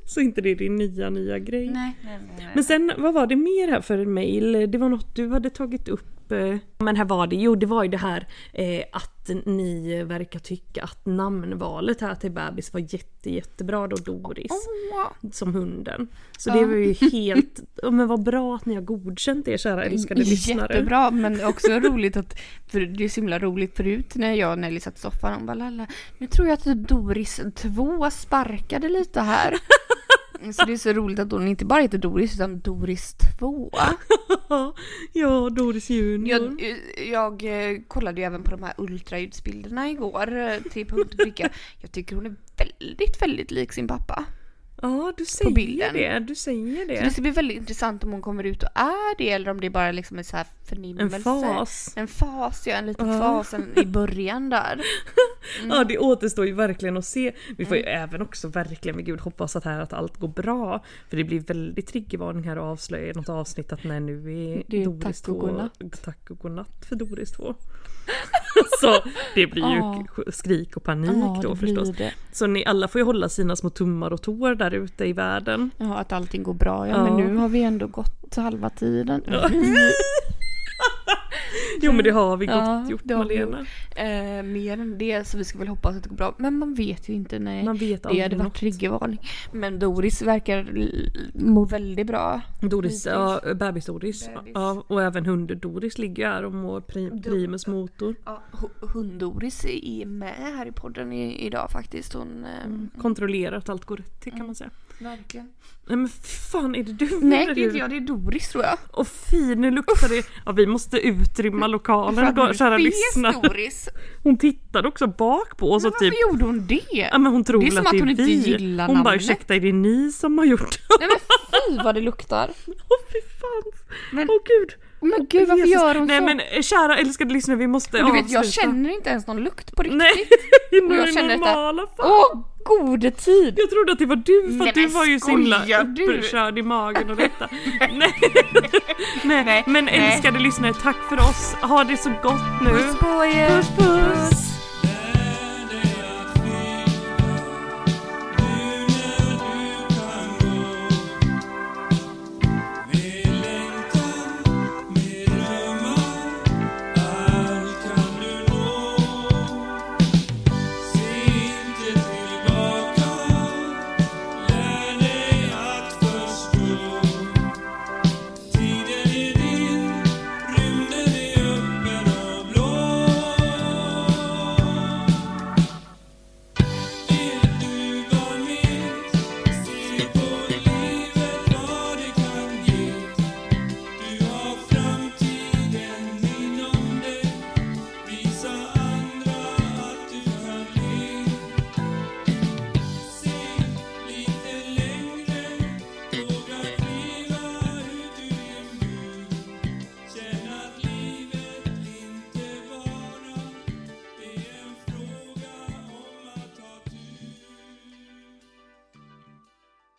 [SPEAKER 2] så inte det är din nya nya grej.
[SPEAKER 3] nej, nej, nej.
[SPEAKER 2] Men sen, vad var det mer här för en mail? Det var något du hade tagit upp. eh. Men här var det, jo det var ju det här eh, att ni verkar tycka att namnvalet här till bebis var jätte, jättebra då Doris.
[SPEAKER 3] Oh.
[SPEAKER 2] Som hunden. Så det var ju helt, ja, men vad bra att ni har godkänt er kära älskade lyssnare.
[SPEAKER 3] Mm, Jättebra, men också roligt att... För det är så himla roligt förut när jag och Nelly satt i soffan och bara lalla, Nu tror jag att typ Doris 2 sparkade lite här. Så det är så roligt att hon inte bara heter Doris utan Doris 2.
[SPEAKER 2] ja, Doris Junior.
[SPEAKER 3] Mm. Jag, jag eh, kollade ju även på de här ultraljudsbilderna igår eh, till punkt och pricka. Jag tycker hon är väldigt, väldigt lik sin pappa.
[SPEAKER 2] Ja, du säger
[SPEAKER 3] bilden.
[SPEAKER 2] det. Du säger
[SPEAKER 3] Så det
[SPEAKER 2] det.
[SPEAKER 3] ska bli väldigt intressant om hon kommer ut och är det eller om det bara liksom är så här
[SPEAKER 2] En
[SPEAKER 3] förnimmelse.
[SPEAKER 2] fas.
[SPEAKER 3] En fas, ja. En liten
[SPEAKER 2] Ja.
[SPEAKER 3] fas en, i början där.
[SPEAKER 4] Mm.
[SPEAKER 2] Ja, det återstår ju verkligen att se. Vi får ju även också verkligen med gud hoppas att här att allt går bra. För det blir väldigt triggervarning här och avslöja i något avsnitt att nej nu är
[SPEAKER 4] Det är
[SPEAKER 2] Doris
[SPEAKER 4] tack och
[SPEAKER 2] 2
[SPEAKER 4] godnatt.
[SPEAKER 2] tack och godnatt för Doris 2. Så det blir ju
[SPEAKER 4] Ja.
[SPEAKER 2] k- skrik och panik
[SPEAKER 4] Ja,
[SPEAKER 2] då
[SPEAKER 4] det blir
[SPEAKER 2] förstås.
[SPEAKER 4] det.
[SPEAKER 2] Så ni alla får ju hålla sina små tummar och tår där ute i världen.
[SPEAKER 3] Ja, att allting går bra. Ja,
[SPEAKER 2] Ja.
[SPEAKER 3] men nu har vi ändå gått halva tiden.
[SPEAKER 2] Jo men det har vi gott
[SPEAKER 3] Ja,
[SPEAKER 2] gjort
[SPEAKER 3] det har vi
[SPEAKER 2] Malena.
[SPEAKER 3] Eh, mer än det, så vi ska väl hoppas att det går bra. Men man vet ju inte. Nej.
[SPEAKER 2] Man vet
[SPEAKER 3] det
[SPEAKER 2] aldrig
[SPEAKER 3] hade
[SPEAKER 2] något.
[SPEAKER 3] varit triggervarning. Men Doris verkar l- må väldigt bra.
[SPEAKER 2] Doris, ja, bebis-Doris. Ja, och även hund-Doris ligger ju här och mår pri- primus motor.
[SPEAKER 3] Ja, hu- hund-Doris är med här i podden i, idag faktiskt. Hon, eh,
[SPEAKER 2] Mm.
[SPEAKER 4] Mm.
[SPEAKER 2] Kontrollerar att allt går rätt till kan man säga.
[SPEAKER 3] Verkligen.
[SPEAKER 2] Nej men fan är det du?
[SPEAKER 3] Nej,
[SPEAKER 2] Är
[SPEAKER 3] det är inte jag. Det är Doris tror jag.
[SPEAKER 2] Och fy nu luktar det. Ja vi måste utrymma lokalen då, kära
[SPEAKER 3] Fes
[SPEAKER 2] lyssnare.
[SPEAKER 3] Doris.
[SPEAKER 2] Hon tittade också bak på oss
[SPEAKER 3] Men
[SPEAKER 2] och
[SPEAKER 3] varför
[SPEAKER 2] typ
[SPEAKER 3] gjorde hon det?
[SPEAKER 2] Ja men hon tror
[SPEAKER 3] Det är
[SPEAKER 2] väl
[SPEAKER 3] som
[SPEAKER 2] att det
[SPEAKER 3] att
[SPEAKER 2] är
[SPEAKER 3] hon inte
[SPEAKER 2] vi.
[SPEAKER 3] gillar
[SPEAKER 2] hon bara
[SPEAKER 3] namnet.
[SPEAKER 2] ursäkta är det ni som har gjort det?
[SPEAKER 3] Nej men fy vad det luktar.
[SPEAKER 2] Åh fy fan. Åh
[SPEAKER 3] Men-
[SPEAKER 2] gud.
[SPEAKER 3] Men gud varför
[SPEAKER 2] Jesus.
[SPEAKER 3] gör hon
[SPEAKER 2] Nej,
[SPEAKER 3] så?
[SPEAKER 2] Nej men eh, kära älskade lyssnare vi måste
[SPEAKER 3] du vet jag
[SPEAKER 2] avsluta.
[SPEAKER 3] känner inte ens någon lukt på riktigt.
[SPEAKER 2] Nej, nu
[SPEAKER 3] jag
[SPEAKER 2] är
[SPEAKER 3] känner detta.
[SPEAKER 2] normala fall.
[SPEAKER 3] Åh gode tid!
[SPEAKER 2] Jag trodde att det var du för
[SPEAKER 3] Nej,
[SPEAKER 2] att du
[SPEAKER 3] men
[SPEAKER 2] var ju så himla
[SPEAKER 3] skojar du?
[SPEAKER 2] uppkörd i magen och detta. nej. nej. Men älskade lyssnare, tack för oss. Ha det så gott nu.
[SPEAKER 3] Puss på er! Puss puss!